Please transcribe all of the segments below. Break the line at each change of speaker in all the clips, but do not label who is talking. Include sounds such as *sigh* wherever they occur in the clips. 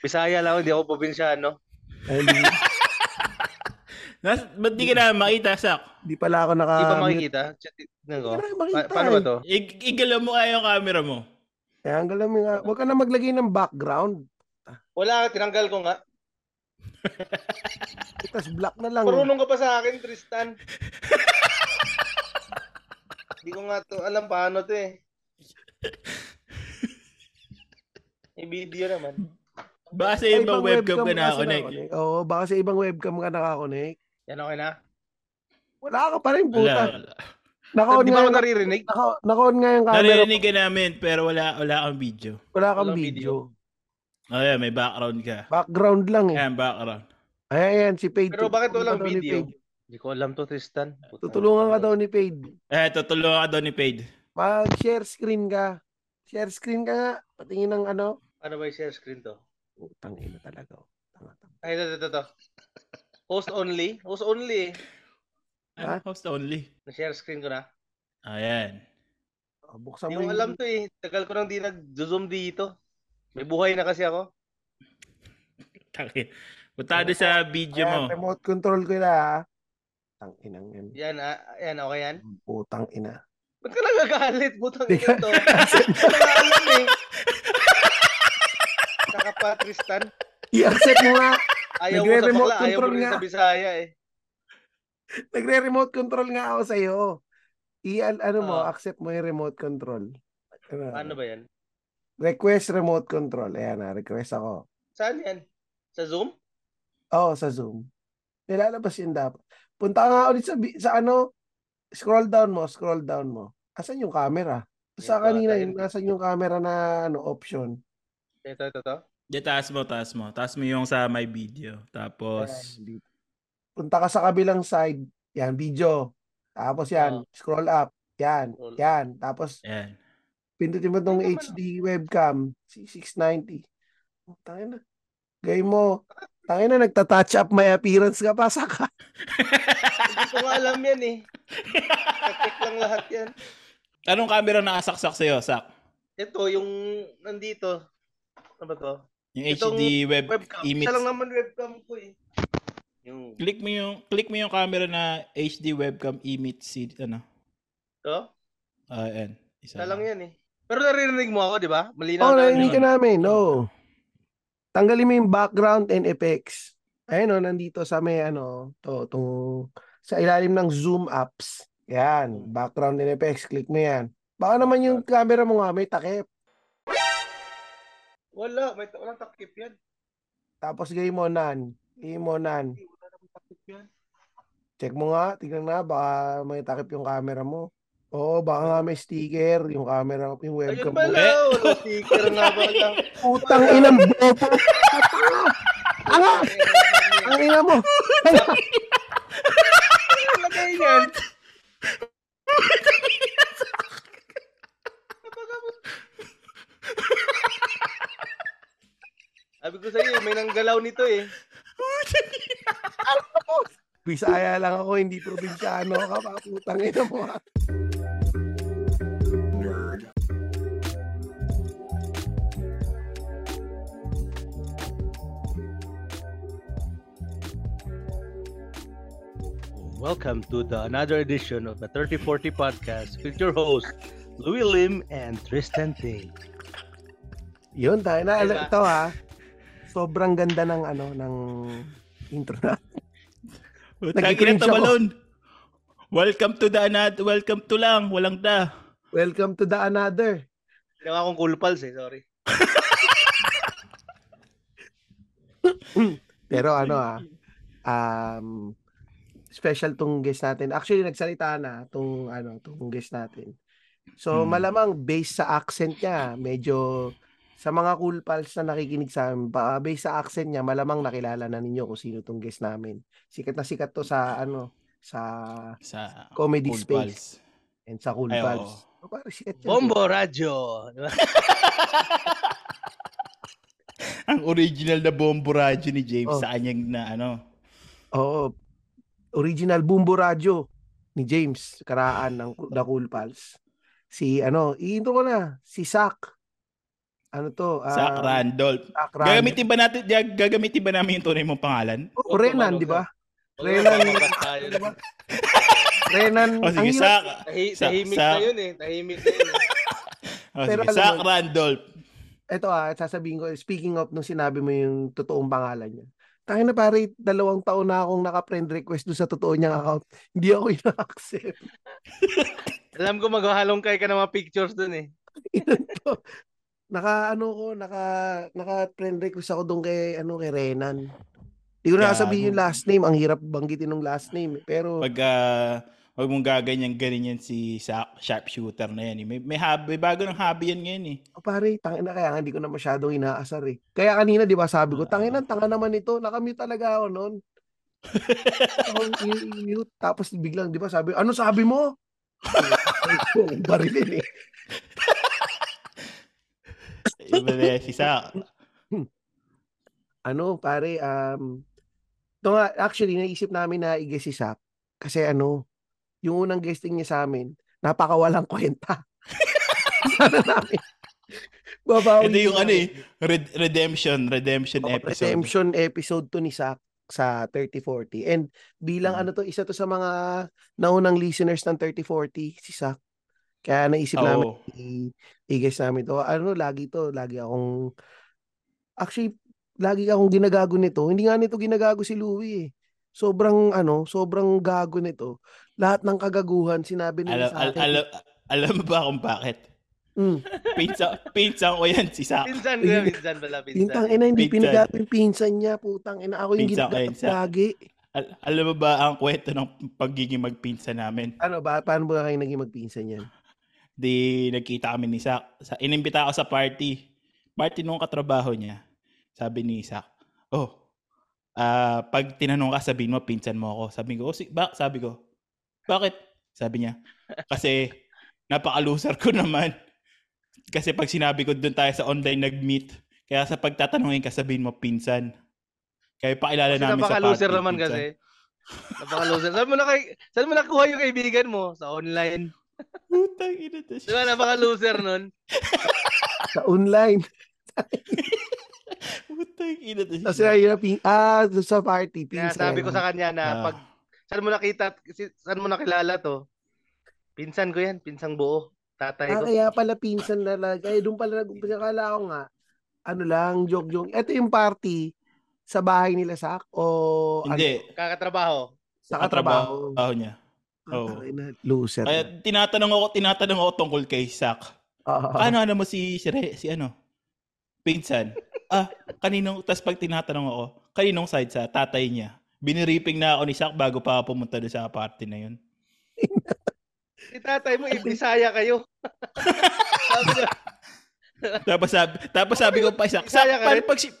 Bisaya lang, hindi ako probinsyano.
Ay, *laughs* Hindi,
Nas, ba't di ka na makita, Sak?
hindi pala ako naka...
Hindi pa makikita. Chat- ano ko?
Hindi pa
Pa-
makita.
paano ba to?
I- igalaw mo kaya yung camera mo.
Eh, ang galam yung... Huwag ka na maglagay ng background.
Wala, tinanggal ko nga.
Tapos black na lang.
Marunong ka pa sa akin, Tristan. *laughs* Hindi ko nga to alam paano to eh. I-video naman.
Baka sa
Ay,
ibang webcam ka
kasi
nakakonect.
nakakonect. Oo, baka sa ibang webcam ka nakakonect.
Yan okay na?
Wala ka pa rin,
Wala,
puta.
wala.
Naka-on
Hindi
nga,
ba ako
yung-
naririnig?
naka- naka-on nga yung camera.
Narinig ka namin, pero wala, wala kang video.
Wala kang
Walang
video.
Oh, yeah, may background ka.
Background lang eh.
Ayan, background.
Ayan, ayan, si Paid.
Pero bakit walang
Tutulungan ka daw ni
video?
Paid.
Hindi ko alam to, Tristan. Putang-
Tutulungan ka daw ni Paid.
Eh, tutulungan ka daw ni Paid.
Mag-share screen ka. Share screen ka nga. Patingin ng ano.
Paano ba i-share screen to?
Utang ina talaga. oh. Tanga, tanga.
Ay, ito, ito, ito. Host only? Host only eh.
Ah,
Ha?
Host only.
Na-share screen ko na.
Ayan. *laughs*
Oh, Buksan
Hindi ko
mo yung...
alam to eh. Tagal ko nang di nag-zoom dito. May buhay na kasi ako.
Takin. Punta doon sa video
Ayan,
mo.
remote control ko na ha. Tang inang yan.
Yan, ah, yan, okay yan.
Putang ina.
Ba't ka nagagalit? Butang
Di *laughs*
ina to. Hindi ko alam eh. Saka pa, Tristan.
I-accept mo nga.
Ayaw mo sa
Nagre-remote
bakla, ayaw mo
control
rin
nga.
sa Bisaya eh.
Nagre-remote control nga ako sa'yo. I, al- ano mo,
Oo.
accept mo yung remote control. Ano?
Ano ba yan?
Request remote control. Ayan na, request ako.
Saan yan? Sa Zoom?
Oo, sa Zoom. Nilalabas yun dapat. Punta ka nga ulit sa, bi- sa ano, scroll down mo, scroll down mo. Asan yung camera? Sa
Ito,
kanina,
ata
yung
yun.
nasan yung camera na ano, option.
Ito, ito, ito.
Di, taas mo, taas mo. Taas mo yung sa my video. Tapos,
Ayan, dito. Punta ka sa kabilang side. Yan, video. Tapos yan, scroll up. Yan,
Scroll.
yan. Tapos
ayan.
pindutin mo tong
Tama
HD webcam. C- 690. Oh, tangin na. Gay mo. Tangin na, nagta-touch up my appearance ka pa. Saka.
Hindi ko nga alam yan eh. Kakik lang lahat yan.
Anong camera nakasaksak sa'yo, Sak?
Ito, yung nandito. Ano ba to?
Yung
Itong
HD web,
Webcam.
image.
Isa lang naman webcam ko eh. Yung,
Click mo yung click mo yung camera na HD webcam image si ano.
to?
Ah, ayan. Isa
Isa lang yan eh. Pero naririnig mo ako, di ba? Malinaw
Oh,
na
narinig
ano.
ka namin. No. Tanggalin mo yung background and effects. Ayun o, nandito sa may ano, to, to, sa ilalim ng Zoom apps. Yan, background and effects. Click mo yan. Baka naman yung camera mo nga may takip.
Wala, may walang takip yan.
Tapos gay mo nan. Gay mo nan.
Hindi, Wala namang takip yan.
Check mo nga. Tignan na. Baka may takip yung camera mo. Oo, baka nga may sticker. Yung camera, yung
Ayun
webcam mo.
pala, wala sticker nga ba
*laughs*
lang.
Putang inang bobo. Anga!
Ano
Ang ina mo.
Lagay yan. Napakabot. *laughs* Sabi ko sa'yo, may nanggalaw nito eh.
Bisaya lang ako, hindi probinsyano ka pa. Putang ina mo. ha?
Welcome to the another edition of the 3040 Podcast with your host, Louis Lim and Tristan Ting.
Yun, tayo na.
Diba?
Ito ha. Sobrang ganda ng ano, ng intro na.
Tagin
Nag-cringe ako.
balon. Welcome to the anad. Welcome to lang. Walang da.
Welcome to the another.
Ginawa akong cool pals eh, sorry.
Pero ano ha, um, special tong guest natin. Actually, nagsalita na tong, ano, tong guest natin. So,
Hmm.
malamang based sa accent niya, medyo sa mga cool pals na nakikinig sa amin, ba, ah, based sa accent niya, malamang nakilala na ninyo kung sino tong guest namin. Sikat na sikat to sa, ano, sa
Sa
comedy
Cool
space
Pals.
and sa cool
Ay, oo.
pals. Oh, pare, sikat yan.
Bombo *laughs* Radio! Di ba?
eh. Ang original na bombo radyo ni James
Oh.
sa kanyang na ano.
Oo. Original Bumbo Radio ni James, karaan ng The Cool Pals. Si ano, i-intro ko na, si Sak. Ano to? ah,
Zach Randolph.
Zach Rand.
Gagamitin ba natin, gag- gagamitin ba namin yung tunay mong pangalan?
Oh, Renan, di ba? Renan.
*laughs*
Renan.
O Oh, sige,
ang hirap-
Zach.
Tahi,
Sa-
tahimik
sa-
na yun eh. Tahimik na yun. eh.
O
Pero
sige,
alam
Zach
mo-
Randolph.
Ito ah, sasabihin ko, speaking of nung sinabi mo yung totoong pangalan niya. Tangin na pare, dalawang taon na akong naka-friend request doon sa totoo niyang account. Hindi ako ina-accept.
Alam ko maghahalong kay ka ng mga pictures dun eh.
Naka ano ko, naka naka friend request ako doon kay ano kay Renan. Hindi ko na
Gago.
sabihin yung last name, ang hirap banggitin ng last name. eh. Pero
Pag ah, huwag mong gaganyan ganyan si Zach, sharpshooter na yan. eh. May, may, hobby, bago ng hobby yan ngayon eh.
oh, pare, tangin na kaya nga, hindi ko na masyadong inaasar eh. Kaya kanina 'di ba sabi ko, tangin na tanga naman ito, nakamute talaga ako noon. Ako, i- mute. Tapos biglang 'di ba sabi, ano sabi mo? *laughs* Barilin eh.
Iba na yan si Zach.
ano, pare, um, to nga, actually, naisip namin na i-guess si Zach. Kasi ano, yung unang guesting niya sa amin, napakawalang kwenta. *laughs* Sana namin. Babawi
Ito yung
namin.
ano eh, red- redemption, redemption
Oh,
episode.
redemption episode to ni Zach sa 3040. And bilang
Mm.
ano to, isa to sa mga naunang listeners ng 3040, si Zach. Kaya naisip
Oo.
namin i- i-guess namin to. Ano, lagi to, lagi akong, actually, lagi akong ginagago nito. Hindi nga nito ginagago si Louie eh. Sobrang, ano, sobrang gago nito. Lahat ng kagaguhan, sinabi nila
Alam,
sa
al-
akin.
alam, alam mo ba kung bakit?
Mm.
Pinsa, pinsan ko yan si Zach.
Pinsan ko yan, pinsan pala,
Pintang
pinsan.
ina, hindi
Pinsan.
pinagago yung pinsan niya, putang ina. Ako yung
Pinsan ko
ginagago
yun, Zach.
lagi.
Al- alam mo ba ang kwento ng pagiging magpinsan namin?
Ano ba, paano ba kayo naging magpinsan yan?
Di nagkita kami ni Zach. Sa, inimbita ako sa party. Party nung katrabaho niya. Sabi ni Zach, oh, ah pag tinanong ka, sabihin mo, pinsan mo ako. Sabi ko, oh, si, ba? Sabi ko, bakit? Sabi niya, kasi napaka-loser ko naman. Kasi pag sinabi ko doon tayo sa online nag-meet, kaya sa pagtatanungin ka, sabihin mo, pinsan. Kaya pakilala
Kasi
namin sa party.
napaka-loser naman
pinsan.
kasi. Napaka-loser. Saan mo, na kay, saan mo nakuha yung kaibigan mo? Sa online.
Putang ina to
Di ba, napaka-loser nun?
Sa online.
*laughs*
*laughs*
Putang ina to
Tapos sinabi niya, pin- ah, doon sa party,
Kaya
pinsan.
sabi ko sa kanya na,
Ah.
pag, saan mo nakita, at- si- saan mo nakilala to? Pinsan ko yan, pinsang buo. Tatay
Ah,
ko.
kaya pala pinsan na lang. Ay, doon pala nag-umpisa. Kala ko nga, ano lang, joke-joke. Ito yung party sa bahay nila, Sak? O ano,
Hindi,
Kakatrabaho.
sa
katrabaho
katrabaho?
trabaho niya.
Ah,
Oo.
taray na, Loser.
Kaya
na.
tinatanong ako, tinatanong ako tungkol kay Zach.
Oo.
Paano ano mo si si, Re- si ano?
*laughs*
Pinsan. ah, kaninong tas pag tinatanong ako, kaninong side sa tatay niya. Biniriping na ako ni Zach bago pa ako pumunta doon sa party na
*laughs*
yun.
Si Eh, tatay mo, ibisaya kayo. *laughs* Sabi niya,
Tapos sabi, tapos sabi ko pa Zach, Zach,
Bisaya ka
paano
rin?"
pag si-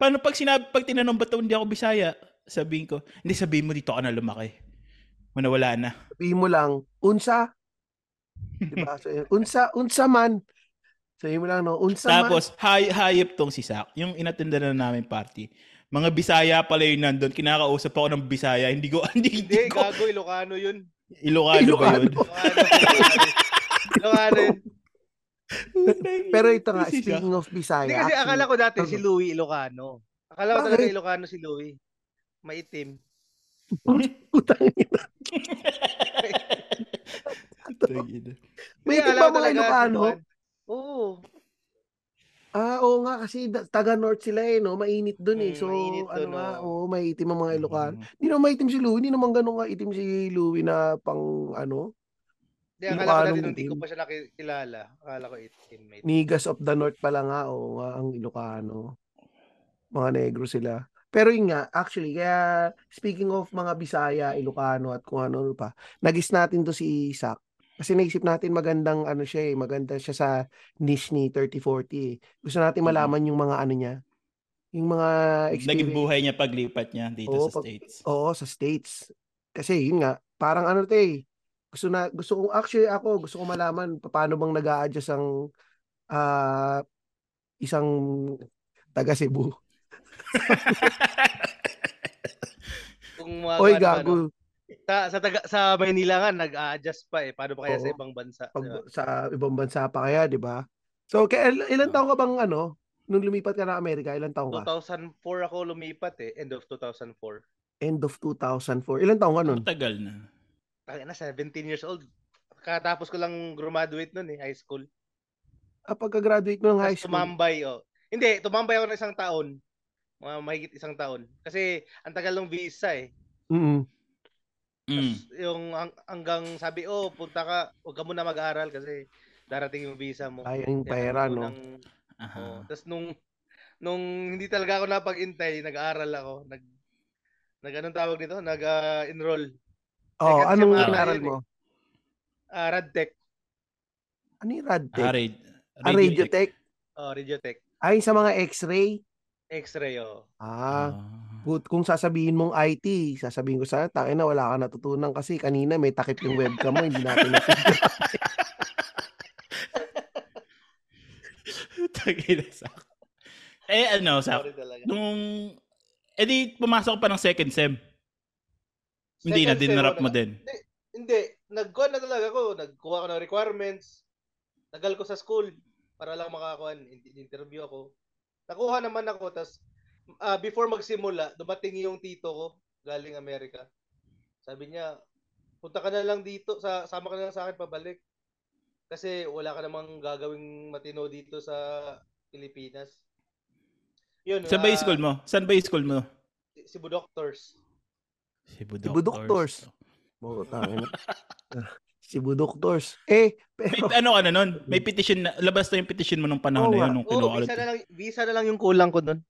paano pag sinabi pag tinanong ba't hindi ako Bisaya? Sabihin ko, hindi sabihin mo dito ka na lumaki. Manawala na.
Sabihin mo lang, unsa? Diba?
*laughs*
So, yun, unsa, unsa man. Sabihin mo lang, no? Unsa man.
Tapos, hay, hayop tong si Sak. Yung inatenda na namin party. Mga Bisaya pala yun nandun. Kinakausap ako ng Bisaya. Hindi ko, *laughs* hindi,
Hindi,
hindi ko.
gago, Ilocano yun.
Ilocano, ba
Ilocano.
yun?
Ilocano. Ilocano. Ilocano yun.
*laughs* Pero ito nga,
Si Sak. *laughs*
speaking of Bisaya.
Hindi kasi
actually-
akala ko dati
Ano?
si Louie Ilocano. Akala ko talaga
Bakit?
Ilocano si Louie. Maitim.
Putang ina.
Tangina.
May
Hindi,
iba
akala ko
mga
talaga
Ilocano?
Ilocano. Oo.
Ah, oo nga kasi da- taga North sila eh, no? Mainit doon eh.
Mm,
So,
mainit
ano
dun,
nga,
oo.
oo, maitim ang mga Ilocano. Hindi naman maitim si Louie, hindi naman ganun nga itim si Louie na pang ano,
Hindi, akala ko
Ilocano
dati nung di ko
itim.
pa siya nakikilala. Akala ko itim. Maitim.
Nigas of the North pala nga, oo nga, ang Ilocano. Mga negro sila. Pero yun nga, actually, kaya speaking of mga Bisaya, Ilocano at kung ano pa, nagis natin to si Isaac. Kasi naisip natin magandang ano siya eh, maganda siya sa niche ni 3040 eh. Gusto natin
Mhm.
malaman yung mga ano niya, yung mga
Naging
experience
buhay niya paglipat niya dito
Oo,
sa
pag- *laughs*
States.
Oo, sa States. Kasi yun nga, parang ano to eh. Gusto na gusto kong actually ako gusto ko malaman pa- paano bang nag-a-adjust ang ah, isang taga Cebu.
Kung mga
Oy,
ano, ano.
gago.
Sa, sa, taga, sa Maynila nga, nag-a-adjust pa eh. Paano pa kaya sa
Oo.
ibang bansa?
Pag,
Diba?
sa ibang bansa pa kaya, 'di ba? So, kaya, il- ilan taong ka bang ano? Nung lumipat ka na Amerika, ilan taong ka?
2004 ako lumipat eh. End of 2004.
End of 2004. Ilan taong ka nun?
Ang tagal na.
Tangin na, 17 years old. Katapos ko lang graduate nun eh, high school.
Ah, pagka-graduate mo ng high
Tapos
school.
tumambay, oh. Hindi, tumambay ako ng isang taon. Mga mahigit isang taon. Kasi ang tagal ng visa eh.
Mm-mm.
Mm.
Tas Yung hang- hanggang sabi, oh, punta ka, huwag ka muna mag-aral kasi darating yung visa mo.
Sayang yung
Kaya
pera,
ako
no?
nang-
Aha.
Oh, Tapos nung nung hindi talaga ako napag-intay, nag-aaral ako, nag nag ah, anong tawag nito? Nag-enroll.
Oh,
kasi
anong
mga-
inaral
yun eh?
mo?
Ah, Radtech,
Ano yung radtech?
Ah, rad-
Ah, radiotech?
oh, Radiotech,
Ay, sa mga x-ray?
X-ray, oh.
Ah,
Ah.
But kung sasabihin mong IT, sasabihin ko sana, tangin na wala ka natutunan kasi kanina may takip yung webcam mo, hindi natin natutunan.
*laughs* Tangina sa Eh ano, sa
Sorry talaga.
nung eh di pumasok pa ng second sem. Hindi na
Second sem
dinarap
ako
mo
na-
din.
Hindi, nagkuha na talaga ako, nagkuha ko ng requirements. Tagal ko sa school para lang makakuha, interview ako. Nakuha naman ako, tas ah, before magsimula, dumating yung tito ko galing Amerika. Sabi niya, punta ka na lang dito, sa, sama ka na lang sa akin pabalik. Kasi wala ka namang gagawing matino dito sa Pilipinas. Yun,
Sa ba
ah,
yung school mo? Saan ba yung school mo?
Cebu Doctors.
Cebu
Cebu Doctors. *laughs* Oh, tangin na. Cebu Doctors. Eh,
May,
pero,
ano ka na nun? May petition na, labas na yung petition mo nung
Oo
panahon na
nga.
yun nung
Oo,
kinuha
visa na lang, visa na lang yung kulang ko doon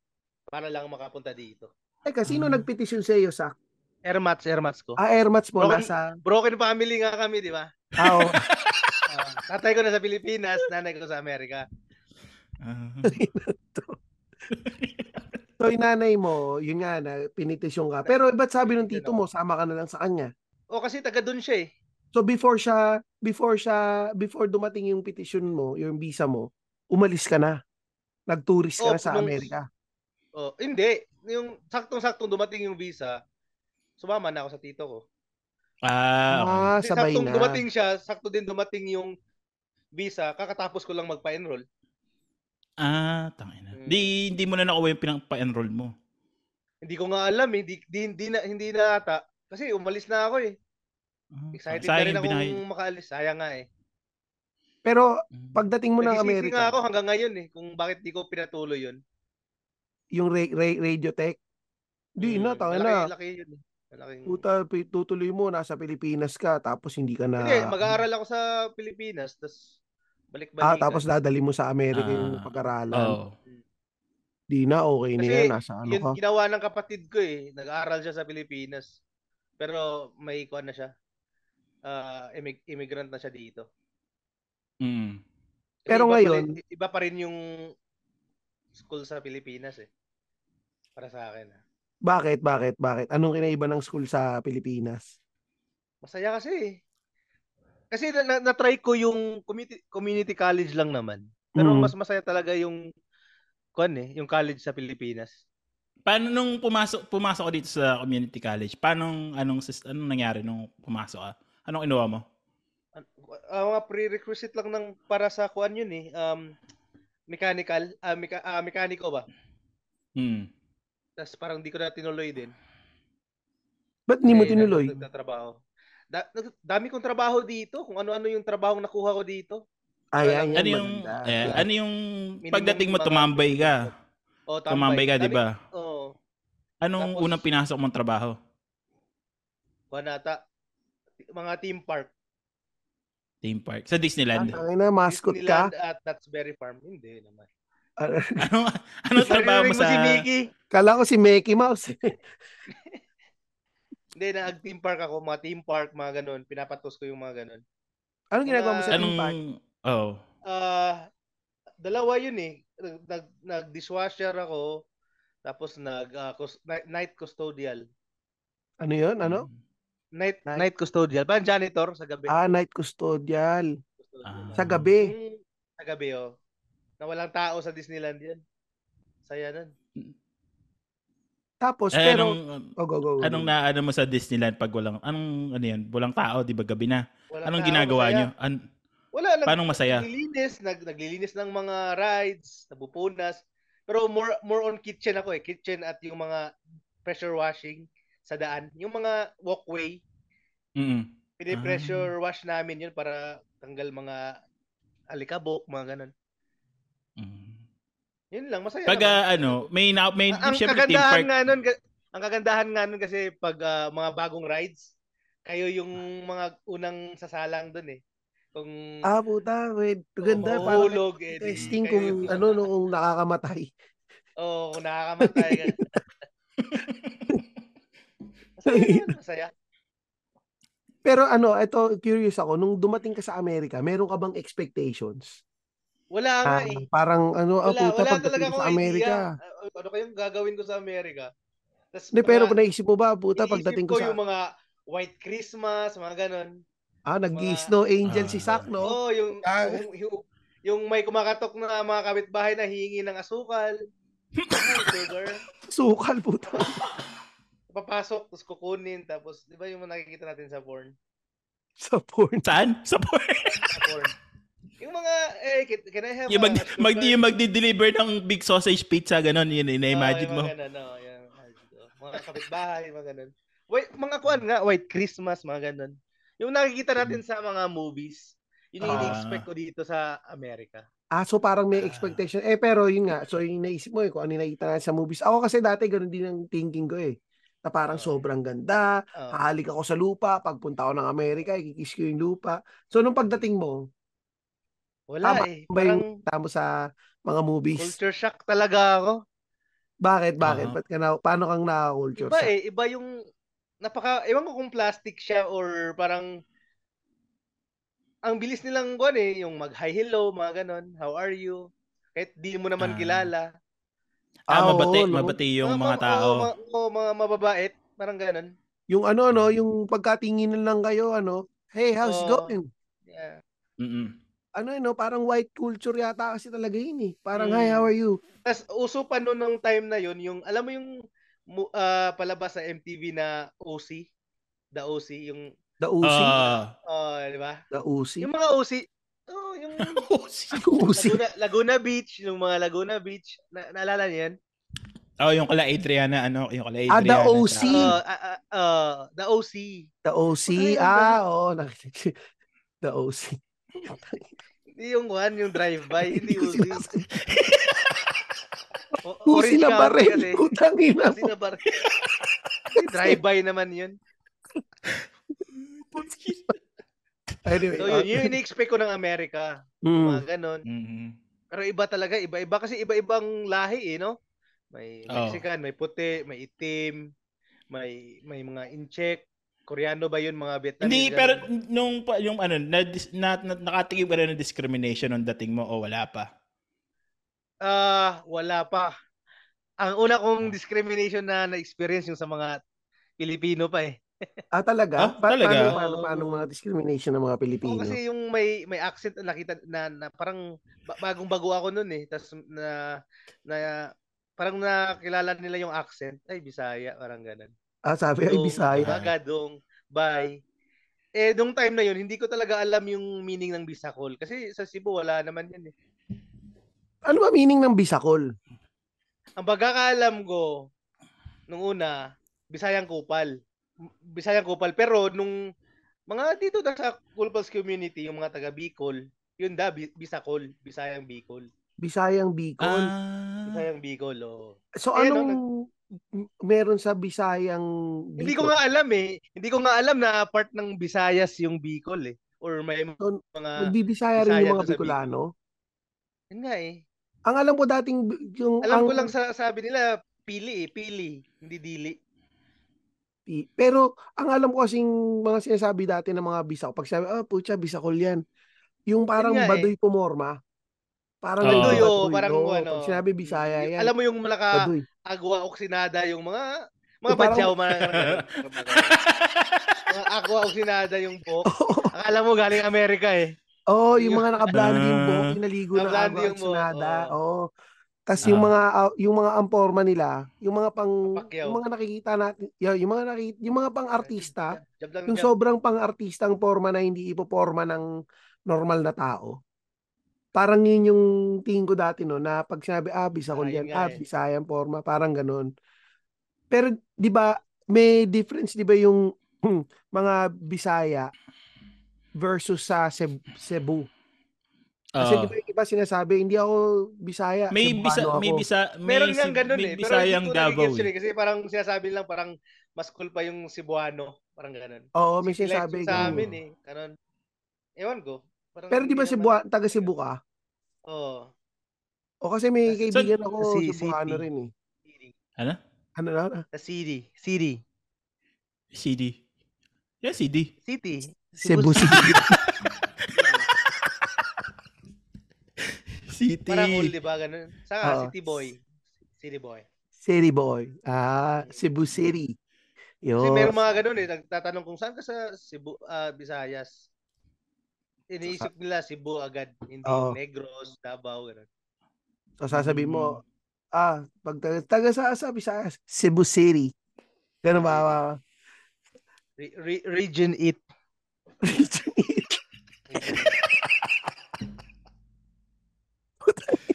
para lang makapunta dito.
teka, sino
Hmm.
Ah.
nagpetisyon sa iyo sa
Airmats, airmats ko.
Ah, Airmats po,
Broken-
nasa...
Broken family nga kami, di ba?
Ah, oh.
Ah, tatay ko na sa Pilipinas, nanay ko sa Amerika.
Ah.
So, yung nanay mo, yun nga, na, pinitisyon ka. Pero, ba't sabi ng tito mo, sama ka na lang sa kanya?
O kasi taga doon siya eh.
So, before siya, before siya, before dumating yung petition mo, yung visa mo, umalis ka na. Nag-tourist ka
Oh,
na sa
nung-
Amerika.
O, hindi. Yung saktong-saktong dumating yung visa, sumama na ako sa tito ko.
ah, okay.
Ah,
Kasi
sabay
saktong
na.
dumating siya, sakto din dumating yung visa, kakatapos ko lang magpa-enroll.
ah, tangin na.
Mm.
Di, hindi mo na nakuha yung pinapa-enroll mo.
Hindi ko nga alam eh, di, di- hindi na hindi na ata kasi umalis na ako eh.
Ah,
Excited
sayang
na rin
yung
akong
binay-
makaalis. Sayang nga eh.
Pero,
Mm.
pagdating mo ng
Nagsisi nga
Amerika,
ako hanggang ngayon eh kung bakit di ko pinatuloy yun.
yung ra- ra- radio tech, di
Mm,
na, tanga na.
malaki- Laki yun. eh. Malaking...
Puta, pi- tutuloy mo, nasa Pilipinas ka, tapos hindi ka na...
Hindi, mag-aaral ako sa Pilipinas, tapos balik-balik.
ah, tapos dadali mo sa Amerika yung
Ah,
pag-aralan.
Oo.
Di na, okay na
Kasi
yan, nasa ano
Yun,
ka.
ginawa ng kapatid ko eh. Nag-aaral siya sa Pilipinas. Pero may kuha na siya. Ah, imig- immigrant na siya dito.
Mm.
Kasi iba
Pero
pa
ngayon-
rin- iba pa rin yung school sa Pilipinas eh. Para sa akin. ah.
Bakit, bakit, bakit? Anong kinaiba ng school sa Pilipinas?
Masaya kasi eh. Kasi na- na- na-try ko yung community, community college lang naman. Pero
Mm.
mas masaya talaga yung kuan eh, yung college sa Pilipinas.
Paano nung pumasok pumasok ka dito sa community college? Paano anong sis- anong nangyari nung pumasok ka? Anong inuha mo?
An- ah, mga prerequisite lang ng para sa kuan yun eh. Um, mechanical, ah meka, ah, mekaniko ba?
Hmm.
Tapos parang di ko na tinuloy din.
Ba't hindi mo
Eh,
tinuloy?
nag- Nagtatrabaho. Da, nag- dami kong trabaho dito, kung ano-ano yung trabaho nakuha ko dito.
Ay, ay,
Ano yung eh,
maganda.
ano yung
Minimum
pagdating mo
mga-
tumambay ka?
O,
Tumambay ka, 'di ba?
Oo.
Anong
Tapos-
unang pinasok mong trabaho?
kuwan ata. Mga theme park.
Theme park sa *laughs* Disneyland.
Ang na, Ah, mascot ka?
Disneyland at Knott's Berry Farm. Hindi naman.
Anong anong Ano, trabaho mo
Naririnig
sa
si Mickey?
Kala ko si Mickey Mouse. *laughs*
Hindi, nag-theme park ako. Mga theme park, mga ganun. Pinapatos ko yung mga ganun.
anong ginagawa mo sa
anong
theme park?
oh.
Ah, dalawa yun eh. Nag- Nag, nag-dishwasher ako. Tapos nag ah, cus- ni- night custodial.
Ano yun? Ano?
Night
Night-
night, custodial. Parang janitor sa gabi.
Ah, night custodial.
Custodial.
Ah.
Sa gabi.
Yung sa gabi oh. Na walang tao sa Disneyland yun. Saya nun.
Tapos,
Eh,
pero...
anong
Oh, go, go, go.
anong na ano mo sa Disneyland pag walang anong ano yan? Walang tao, 'di ba? Gabi na.
Walang
Anong
tao,
ginagawa
masaya.
niyo? An-
Wala nag-
Paano masaya?
naglilinis, nag, naglilinis ng mga rides, nabupunas. Pero more more on kitchen ako eh, kitchen at yung mga pressure washing sa daan, yung mga walkway,
Mm-mm.
pinipressure
Ah.
wash namin yun para tanggal mga alikabok, mga ganun.
Mm.
Yun lang, masaya.
Pag
naman.
ah, ano, may na, may
ang
syempre theme
kagandahan
park.
nga nun, ka- ang kagandahan nga nun kasi pag ah, mga bagong rides, kayo yung mga unang sasalang dun eh. Kung
Ah, puta, wait. Ganda.
kung
parang
hulog, eh, di
testing
kayo
kung
yung-
ano, no, kung nakakamatay.
Oo, oh, kung nakakamatay
*laughs*
ka. masaya, yun, masaya.
Pero ano, ito, curious ako, nung dumating ka sa Amerika, meron ka bang expectations?
Wala nga
Ah,
eh.
parang ano, ah,
Wala,
puta,
wala talaga
pagdating ko
akong
sa Amerika.
idea. Ah, Ano kayong gagawin ko sa Amerika? Tas
Hindi, pero
mga-
naisip mo ba, puta,
iniisip
pagdating ko sa...
yung mga White Christmas, mga ganon.
Ah,
mga-
nag-snow angel si
Ah.
Sak, no?
Oo, yung,
Ah.
yung, yung- yung may kumakatok na mga kapitbahay na hihingi ng asukal. Ayun, sugar.
Sukal, puta. *laughs*
Papasok, tapos kukunin, tapos, di ba yung mga nakikita natin sa porn?
sa porn.
Saan? *laughs* Sa por-
Sa porn. Yung mga, eh, can, can I have
yung mag,
a sugar?
mag, yung magdi-deliver ng big sausage pizza, ganun, yun, na-imagine
Oo,
mo.
Oh, yung Mga ganun, oo, yung oh. mga kapitbahay, mga ganun. Wait, mga kuan nga, White Christmas, mga ganun. Yung nakikita natin sa mga movies, yun yung
Hmm. Ah.
ini-expect ko dito sa Amerika.
Ah, so parang may
Ah.
expectation. Eh, pero yun nga, so yung naisip mo eh, kung ano yung nakita natin sa movies. Ako kasi dati, ganun din ang thinking ko eh. Na parang
Oo.
sobrang ganda,
Oo.
hahalik ako sa lupa, pagpunta ako ng Amerika, ikikiss ko yung lupa. So, nung pagdating mo,
wala
tama
eh.
ba
Parang
yung tama sa mga movies?
culture shock talaga ako.
Bakit, bakit?
Ah.
Ba't ka na, paano kang naka-culture?
Iba
shock?
eh, iba yung napaka ewan ko kung plastic siya or parang ang bilis nilang kuan eh, yung mag hi hello, mga ganun. How are you? Kahit di mo naman
Ah.
kilala.
Ah,
oo,
mabati,
no?
mabati yung mga
oo,
tao.
mga, oo, mga mababait, parang ganun.
Yung ano, no? Yung pagkatinginan lang kayo, ano? Hey, how's it
Mm. Oo.
going?
Yeah.
Mm-mm.
Ano, eh, no? Parang white culture yata kasi talaga yun eh. Parang,
Mm.
hi, how are you?
Tapos uso pa noon nung time na yun, yung alam mo yung mu- ah, palabas sa MTV na OC, The OC, yung
The UC.
Ah. *laughs*
ah, di ba?
the UC. *laughs*
Yung mga OC, oh, yung
UC.
Laguna, Laguna Beach, yung mga Laguna Beach, na, naalala niyo yan?
oh, yung kala Adriana, ano, yung kala
Ah,
Adriana.
the OC.
tsaka-
Uh, ah ah, ah, The OC.
The OC.
Ay, ano ang
Ah, oo. nakikinig. The OC.
Hindi yung one, yung drive-by, hindi
*laughs* Hindi ko
OC.
sinasabi.
O-
UC
Orange
na
County
ba rin?
kasi.
Putang ina
OC
mo.
na bar. *laughs* drive-by naman yun.
Anyway.
So yun, eh. yun yung in-expect ko ng Amerika.
mm.
Mga ganon.
Mm-mm.
Pero iba talaga, iba-iba kasi iba-ibang lahi eh, no? May
Oo.
Mexican, may puti, may itim, may may mga incheck, Koreano ba yun, mga Vietnamese?
Hindi,
ganun.
pero nung, pa- yung ano, na, na, na, nakatikip ka na ng discrimination nung dating mo o wala pa?
Ah, wala pa. Ang una
Ah.
kong discrimination na na-experience yung sa mga Pilipino pa eh.
Ah, talaga?
Ah,
Pa-
talaga?
Paano, paano, paano mga discrimination ng mga
Oo,
Pilipino?
kasi yung may may accent na nakita na, na parang ba- bagong-bago ako noon eh. Tapos na na parang nakilala nila yung accent. Ay, Bisaya, parang ganun.
ah, sabi, ay,
Dong,
Bisaya.
Magadong, bye. Eh, nung time na yun, hindi ko talaga alam yung meaning ng Bisacol. Kasi sa Cebu, wala naman yan eh.
Ano ba meaning ng Bisacol?
Ang pagkakaalam ko, nung una, Bisayang Kupal. M- Bisayang Kupal. Pero nung mga dito na sa Kulpals community, yung mga taga Bicol, yun da, Bi- Bisacol. Bisayang Bicol.
Bisayang Bicol.
Ah.
Bisayang Bicol, oo.
so,
eh, no,
anong m- meron sa Bisayang Bicol?
Hindi ko nga alam eh. Hindi ko nga alam na part ng Bisayas yung Bicol eh. Or may
So,
mga...
Nagbibisaya rin
ah, Bisaya
yung
to
mga
sa
Bicolano?
Yun nga eh.
Ang alam ko dating yung
Alam
ang,
ko lang sa sabi nila, pili eh, pili. Hindi dili.
Pi- Pero ang alam ko kasing mga sinasabi dati ng mga Bisacol, pag sabi, ah, putya, Bisacol yan. Yung parang
nga eh.
baduy pumorma. Parang
Oo.
ganun
Doy,
yung
oh, parang
Ah, Oo,
ano.
Pag sinabi Bisaya
yung-
yan,
Alam mo yung malaka...
baduy. *laughs*
agwa oksinada yung mga mga
Yung parang-
badyaw
*laughs*
mga mga agwa oksinada yung buhok. Akala mo galing Amerika eh.
Oo, oh, yung
Yung-
mga naka-blondie yung buhok,
Ah.
pinaligo ng
Naka-blondie
agwa
yung
at
buhok,
sunada. Oo. Tapos yung
Ah.
mga yung mga amporma nila, yung mga pang
Pacquiao.
yung mga nakikita natin, yo, yung mga nakikita, yung mga pang-artista,
Jab lang
yung
jab.
sobrang pang-artista ang porma na hindi ipoporma ng normal na tao. Parang yun yung tingin ko dati no, na pag sinabi, ah,
Ah,
Bisayan,
yun
yan,
nga
ah,
eh.
Bisayan porma, parang ganun. Pero, di ba, may difference, di ba, yung *clears throat* mga Bisaya versus sa Ceb- Cebu. Kasi
Oo.
di ba yung iba sinasabi, hindi ako Bisaya,
Ah. may
Cebuano
bisa, may
ako.
bisa, may,
ano Meron ngang
Sib-
ganun
may
eh. Pero hindi
Bisayang
ko
Davao.
nagigets yun eh.
Eh.
Kasi parang sinasabi lang parang mas cool pa yung Cebuano. Parang ganun.
Oo, Oh, may
Like,
sinasabi.
Sa
ganun.
amin eh. Ganun. Ewan ko. Parang
Pero di ba
hindi
Cebu,
naman-
taga Cebu ka?
Oo.
O kasi may
Kasi-
kaibigan ako,
Kasi
Cebuano
city.
rin eh.
Feeling.
Ano?
Ano na?
Sa city. City.
CD.
*laughs*
Yeah, CD.
City.
Cebu City.
City.
Parang cool, di ba? Ganun. Saka,
Oo.
city boy. City boy.
City boy. Ah, Cebu City.
Kasi
Yo.
meron mga ganun eh. Nagtatanong kung saan ka sa Cebu, ah, Visayas. Iniisip nila Cebu agad. Hindi
Oo.
Negros, Davao, ganun.
So sasabihin mo, ah, pag taga, taga sa sa Visayas, Cebu City. Ganun ba? *laughs* ah,
Re- re-
Region 8.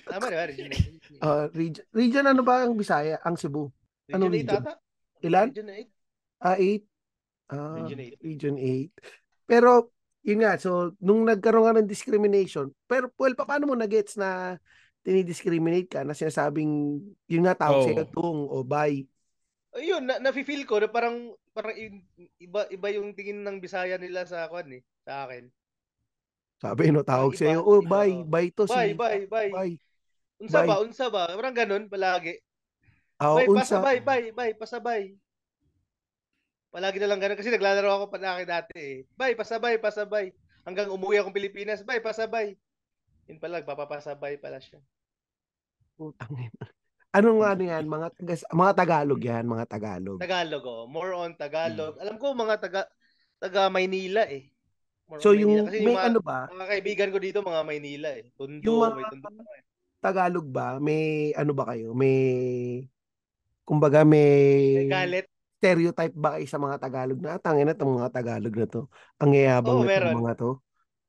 Tama di ba? Region
*laughs* Ah, region, region ano ba ang Bisaya? Ang Cebu? Anong
Region 8
region?
ata?
Ilan?
Region
Ah, 8? Ah,
Region eight.
Region 8. Pero, yun nga, so, nung nagkaroon nga ng discrimination, pero, well, pa- paano mo na-gets na dinidiscriminate ka, na sinasabing, yun nga, tawag
Oh.
sa'yo, tung, o bay,
Ayun, na nafe-feel ko na parang parang in- iba iba yung tingin ng Bisaya nila sa kwan eh, sa akin.
Sabi, no, tawag
Iba,
sa'yo, oh,
iba,
bye,
oo.
bye to,
Bye,
si
bye, bye.
bye.
Unsa
Bye.
ba? Unsa ba? Parang ganun palagi.
Ah,
bye,
unsa,
pasabay, bye, bye, pasabay. Palagi na lang ganun kasi naglalaro ako palagi dati eh. Bye, pasabay, pasabay. Hanggang umuwi akong Pilipinas, bye, pasabay. Yun pala, papapasabay pala siya.
putang ina. Anong ano yan, mga, taga, mga Tagalog yan, mga Tagalog.
Tagalog, oh. More on Tagalog.
Hmm.
Alam ko mga taga taga Maynila eh. More
So,
on Maynila.
yung,
Kasi
may
mga,
ano ba,
mga kaibigan ko dito, mga Maynila eh. Tondo,
Yung mga-
may tondo. pa eh.
Tagalog ba, may, ano ba kayo, may, kumbaga, may,
May galit.
stereotype ba kayo sa mga Tagalog na, "Ah, tangina itong mga Tagalog na to, ang yayabang
Oo,
na itong
meron.
mga to.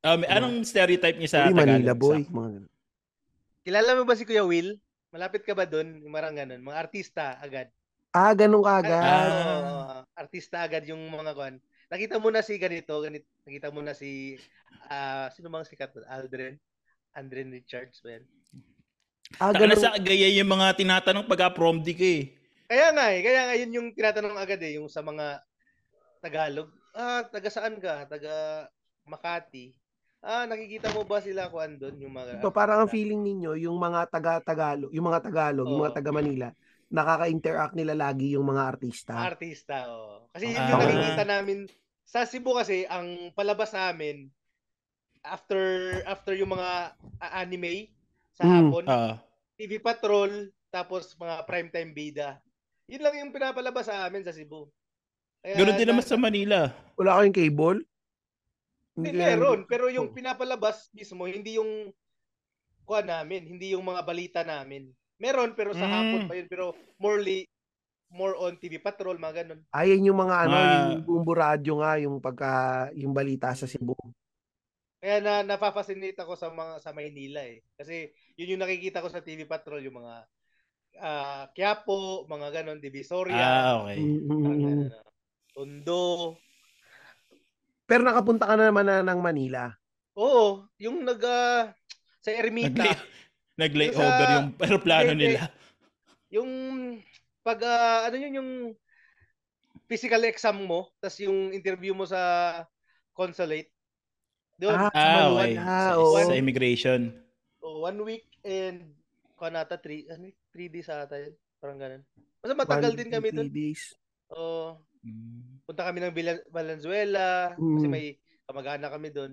Um, anong stereotype niya sa
Uy,
Tagalog?
Manila boy,
Sak?
mga ganun.
Kilala mo ba si Kuya Will? Malapit ka ba doon? Yung marang ganun. Mga artista agad.
Ah, ganun
Ano,
ka agad.
oo, artista agad yung mga kwan. Nakita mo na si ganito, ganito. Nakita mo na si, ah, sino bang sikat? nun? Aldrin? Aldrin Richards ba yan?
Ah,
Taka na
ganun.
sa gaya yung mga tinatanong pagka prom di ka eh.
Kaya nga eh, kaya nga yun yung tinatanong agad eh, yung sa mga Tagalog. Ah, taga saan ka? Taga Makati. Ah, nakikita mo ba sila kuan doon yung mga
So, parang ang feeling ninyo, yung mga taga-Tagalog, yung mga Tagalog, yung mga
Oo.
taga-Manila, nakaka-interact nila lagi yung mga artista.
Mga artista, oh. Kasi yun
Ah.
yung nakikita namin sa Cebu kasi ang palabas namin after after yung mga ah, anime sa
Mm.
hapon,
Ah.
TV Patrol, tapos mga primetime bida. Yun lang yung pinapalabas sa amin sa Cebu. Kaya
ganun din
na-
naman sa
*laughs*
Manila.
Wala kayong cable?
Hindi,
kayo-
meron. Pero yung
Oh.
Oo.
pinapalabas mismo, hindi yung kuha namin, hindi yung mga balita namin. Meron, pero sa
Mm.
hapon pa yun. Pero morely, more on TV Patrol, mga ganun.
Ay, yun yung mga ano,
Mga-
yung Bumbo Radio nga, yung pagka, yung balita sa Cebu.
Kaya na napafascinate ako sa mga sa Maynila eh. Kasi yun yung nakikita ko sa TV Patrol, yung mga ah Quiapo, mga ganun, Divisoria,
Ah,
Mm,
okay.
mga
Mm-mm.
ganun, ah, Tondo.
Pero nakapunta ka na naman na ng Manila.
Oo, yung nag ah, sa Ermita.
Naglay- Nag-layover
Yung sa-
yung *laughs* aeroplano
Hindi,
nila.
Yung pag ah, ano yun yung physical exam mo, tas yung interview mo sa consulate. Doon,
Ah, sa
Ah,
Manuan
okay.
na,
Sa,
oo.
sa immigration.
oh, one week and kanata three, ano, yun? three days ata yun. Parang ganun. Basta matagal
One
din
to
kami
three
doon.
days.
Oh,
Mm.
punta kami ng Bila- Valenzuela kasi
Mm.
may kamag-anak kami doon.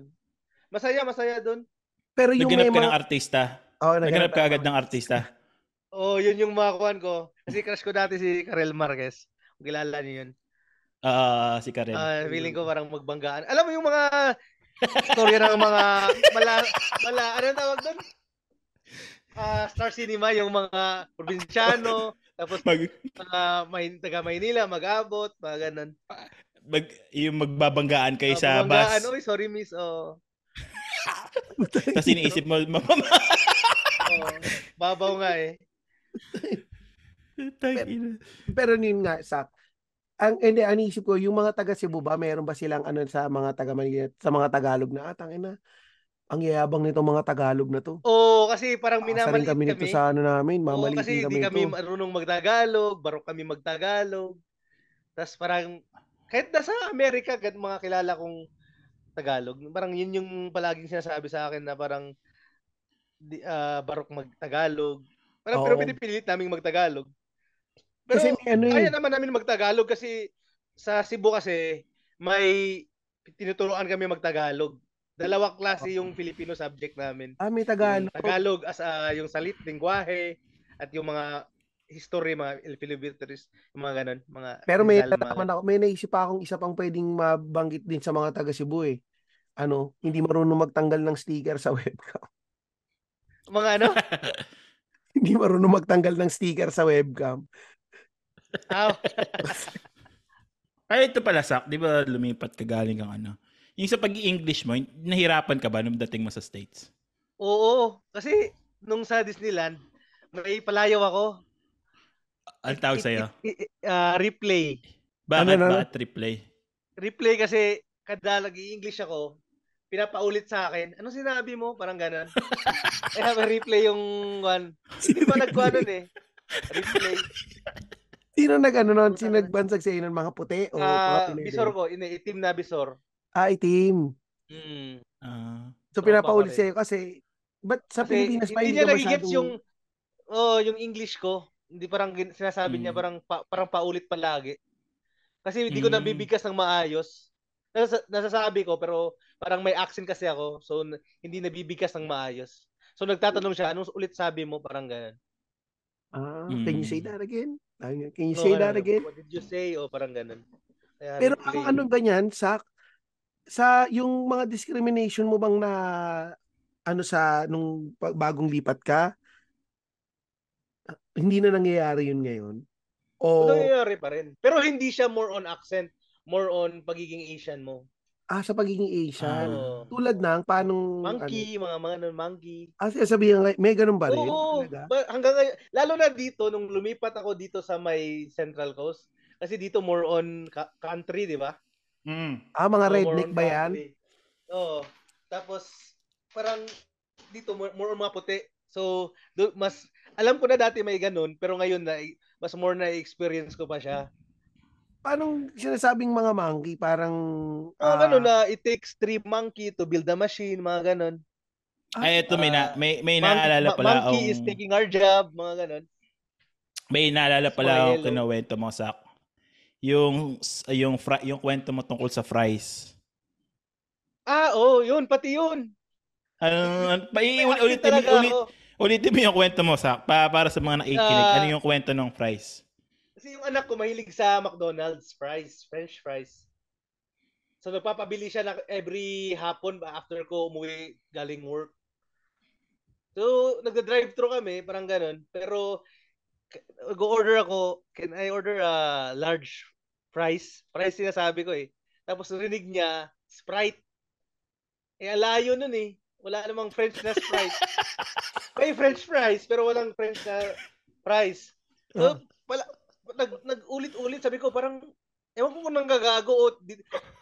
Masaya, masaya doon.
Pero yung may
Naghanap ka
mga...
ng artista.
Oh,
Naghanap ka agad ng artista.
Oh, yun yung mga kuhan ko. Kasi crush ko dati si Karel Marquez. Kung kilala niyo yun.
Ah, si Karen.
Ah, feeling ko parang magbanggaan. Alam mo yung mga storya ng mga mala mala ano tawag doon? ah, Star Cinema yung mga probinsyano, tapos
Mag,
mga may, taga Maynila, mag-abot, mga ganun.
mag, yung magbabanggaan kayo
Ah,
sa
bumanggaan,
bus.
"Uy, sorry miss, oh,
Tapos iniisip mo, mamama.
oh, babaw nga eh.
Tangina.
*laughs* Pero yun nga, sak. Ang hindi anisip ko, yung mga taga Cebu ba, meron ba silang ano sa mga taga Manila, sa mga Tagalog na atang ina. Ang yayabang nitong mga Tagalog na to.
Oo, Oh, kasi parang
Minamalin
minamaliit
kami
kami.
nito sa ano namin,
Oo,
mamalitin
kasi
kami,
hindi kami
ito.
marunong magtagalog, barok kami magtagalog. Tapos parang, kahit nasa Amerika, kahit mga kilala kong Tagalog, parang yun yung palaging sinasabi sa akin na parang di, ah, barok magtagalog. Parang pero
Oo.
pinipilit naming magtagalog. Pero
Kasi may ano eh.
kaya naman namin magtagalog kasi sa Cebu kasi may tinuturuan kami magtagalog. Dalawa klase yung Filipino subject namin.
Ah, may
Yung
Tagalog.
Tagalog as ah, yung salit, lingwahe, at yung mga history, mga Filipinos, yung mga ganun, mga
Pero may
Rizal, mga
nalaman ako, may naisip pa akong isa pang pwedeng mabanggit din sa mga taga Cebu eh. Ano, hindi marunong magtanggal ng sticker sa *laughs* webcam.
ganun. Mga ano? *laughs*
hindi marunong magtanggal ng sticker sa webcam.
Ah,
Ay, ito pala, Sak. Di ba lumipat ka galing kang ano? Yung sa pag-i-English mo, nahirapan ka ba nung dating mo sa States?
oo, kasi nung sa Disneyland, may palayaw ako.
Ang Ano tawag
It-
sa'yo?
it- it- ah, replay.
Bakit
Ano, ano?
ba triple A?
Replay kasi kada nag-i-English ako, pinapaulit sa akin, ano sinabi mo? Parang
*laughs*
ganun. Kaya may replay yung one. Hindi pa nagkuha nun eh. Replay.
Sino nag ano nun? Sino nagbansag sa inyo ng mga puti o mga
Ah,
Pinoy
bisor
din?
ko, iniitim na bisor.
Ah, itim.
Mm.
*laughs* Ah.
So
Tropa ko
pinapaulit
rin.
sa'yo kasi but sa
Oh, Kasi
Pilipinas pa
hindi
hindi
niya
ka
nagigets
masyadong
yung oh, yung English ko. Hindi parang gin- sinasabi niya
Mm.
parang pa- parang paulit palagi. Kasi hindi ko
Mm.
nabibigkas ng maayos. Nasa- nasasabi ko pero parang may accent kasi ako. So n- hindi nabibigkas ng maayos. So nagtatanong siya, anong ulit sabi mo? Parang ganun.
ah, can you say
Mm.
that again? Ayun, Can you
No,
say
ganun.
that again?
ano, What did you say? O parang ganun. Kaya
Pero
replay.
ang ano ba niyan sa sa yung mga discrimination mo bang na ano sa nung pag- bagong lipat ka? ah, Hindi na nangyayari yun ngayon. O
nangyayari pa rin. Pero hindi siya more on accent, more on pagiging Asian mo.
ah, sa pagiging Asian.
Oo.
Mm. Tulad ng paanong
Ah. monkey, mga mga ano, monkey.
Ano, ah, sasabihin nga, may ganun ba rin?
Oo,
Talaga?
ba- hanggang ngayon, lalo na dito, nung lumipat ako dito sa may Central Coast, kasi dito more on ca- country, di ba?
Mm.
Ah, mga
So, more
redneck
on
ba yan?
country. Oo. Tapos, parang dito more, more on mga puti. So, do, mas, alam ko na dati may ganun, pero ngayon na, mas more na experience ko pa siya.
Paanong sinasabing mga monkey? Parang...
Mga
ah,
ganun na, it takes three monkey to build a machine, mga ganun.
Ay, ito may,
Ah,
na, may, may
Monkey-
naalala
ma-
pala.
Monkey
akong-
is taking our job, mga ganun.
May
Mga
naalala pala ako
yellow.
kinuwento mo sa yung yung fri, yung kwento mo tungkol sa fries.
Ah, oo, yun, pati yun.
Ano
May
ulit
accent
ulit
talaga
ulit
ako.
ulitin mo yung kwento mo sa pa, para sa mga nakikinig.
Ah.
ano yung kwento ng fries?
Kasi yung anak ko mahilig sa McDonald's fries, french fries. So nagpapabili siya na every hapon ba after ko umuwi galing work. So nagda-drive-thru kami, parang ganun. Pero k- go-order ako, can I order a large fries? Fries sinasabi ko eh. Tapos rinig niya, Sprite. Eh, alayo nun eh. Wala namang French na Sprite. May French fries, pero walang French na fries. So,
Ah.
pala, nag, nag-ulit-ulit, sabi ko, parang, ewan ko kung nanggagago o di-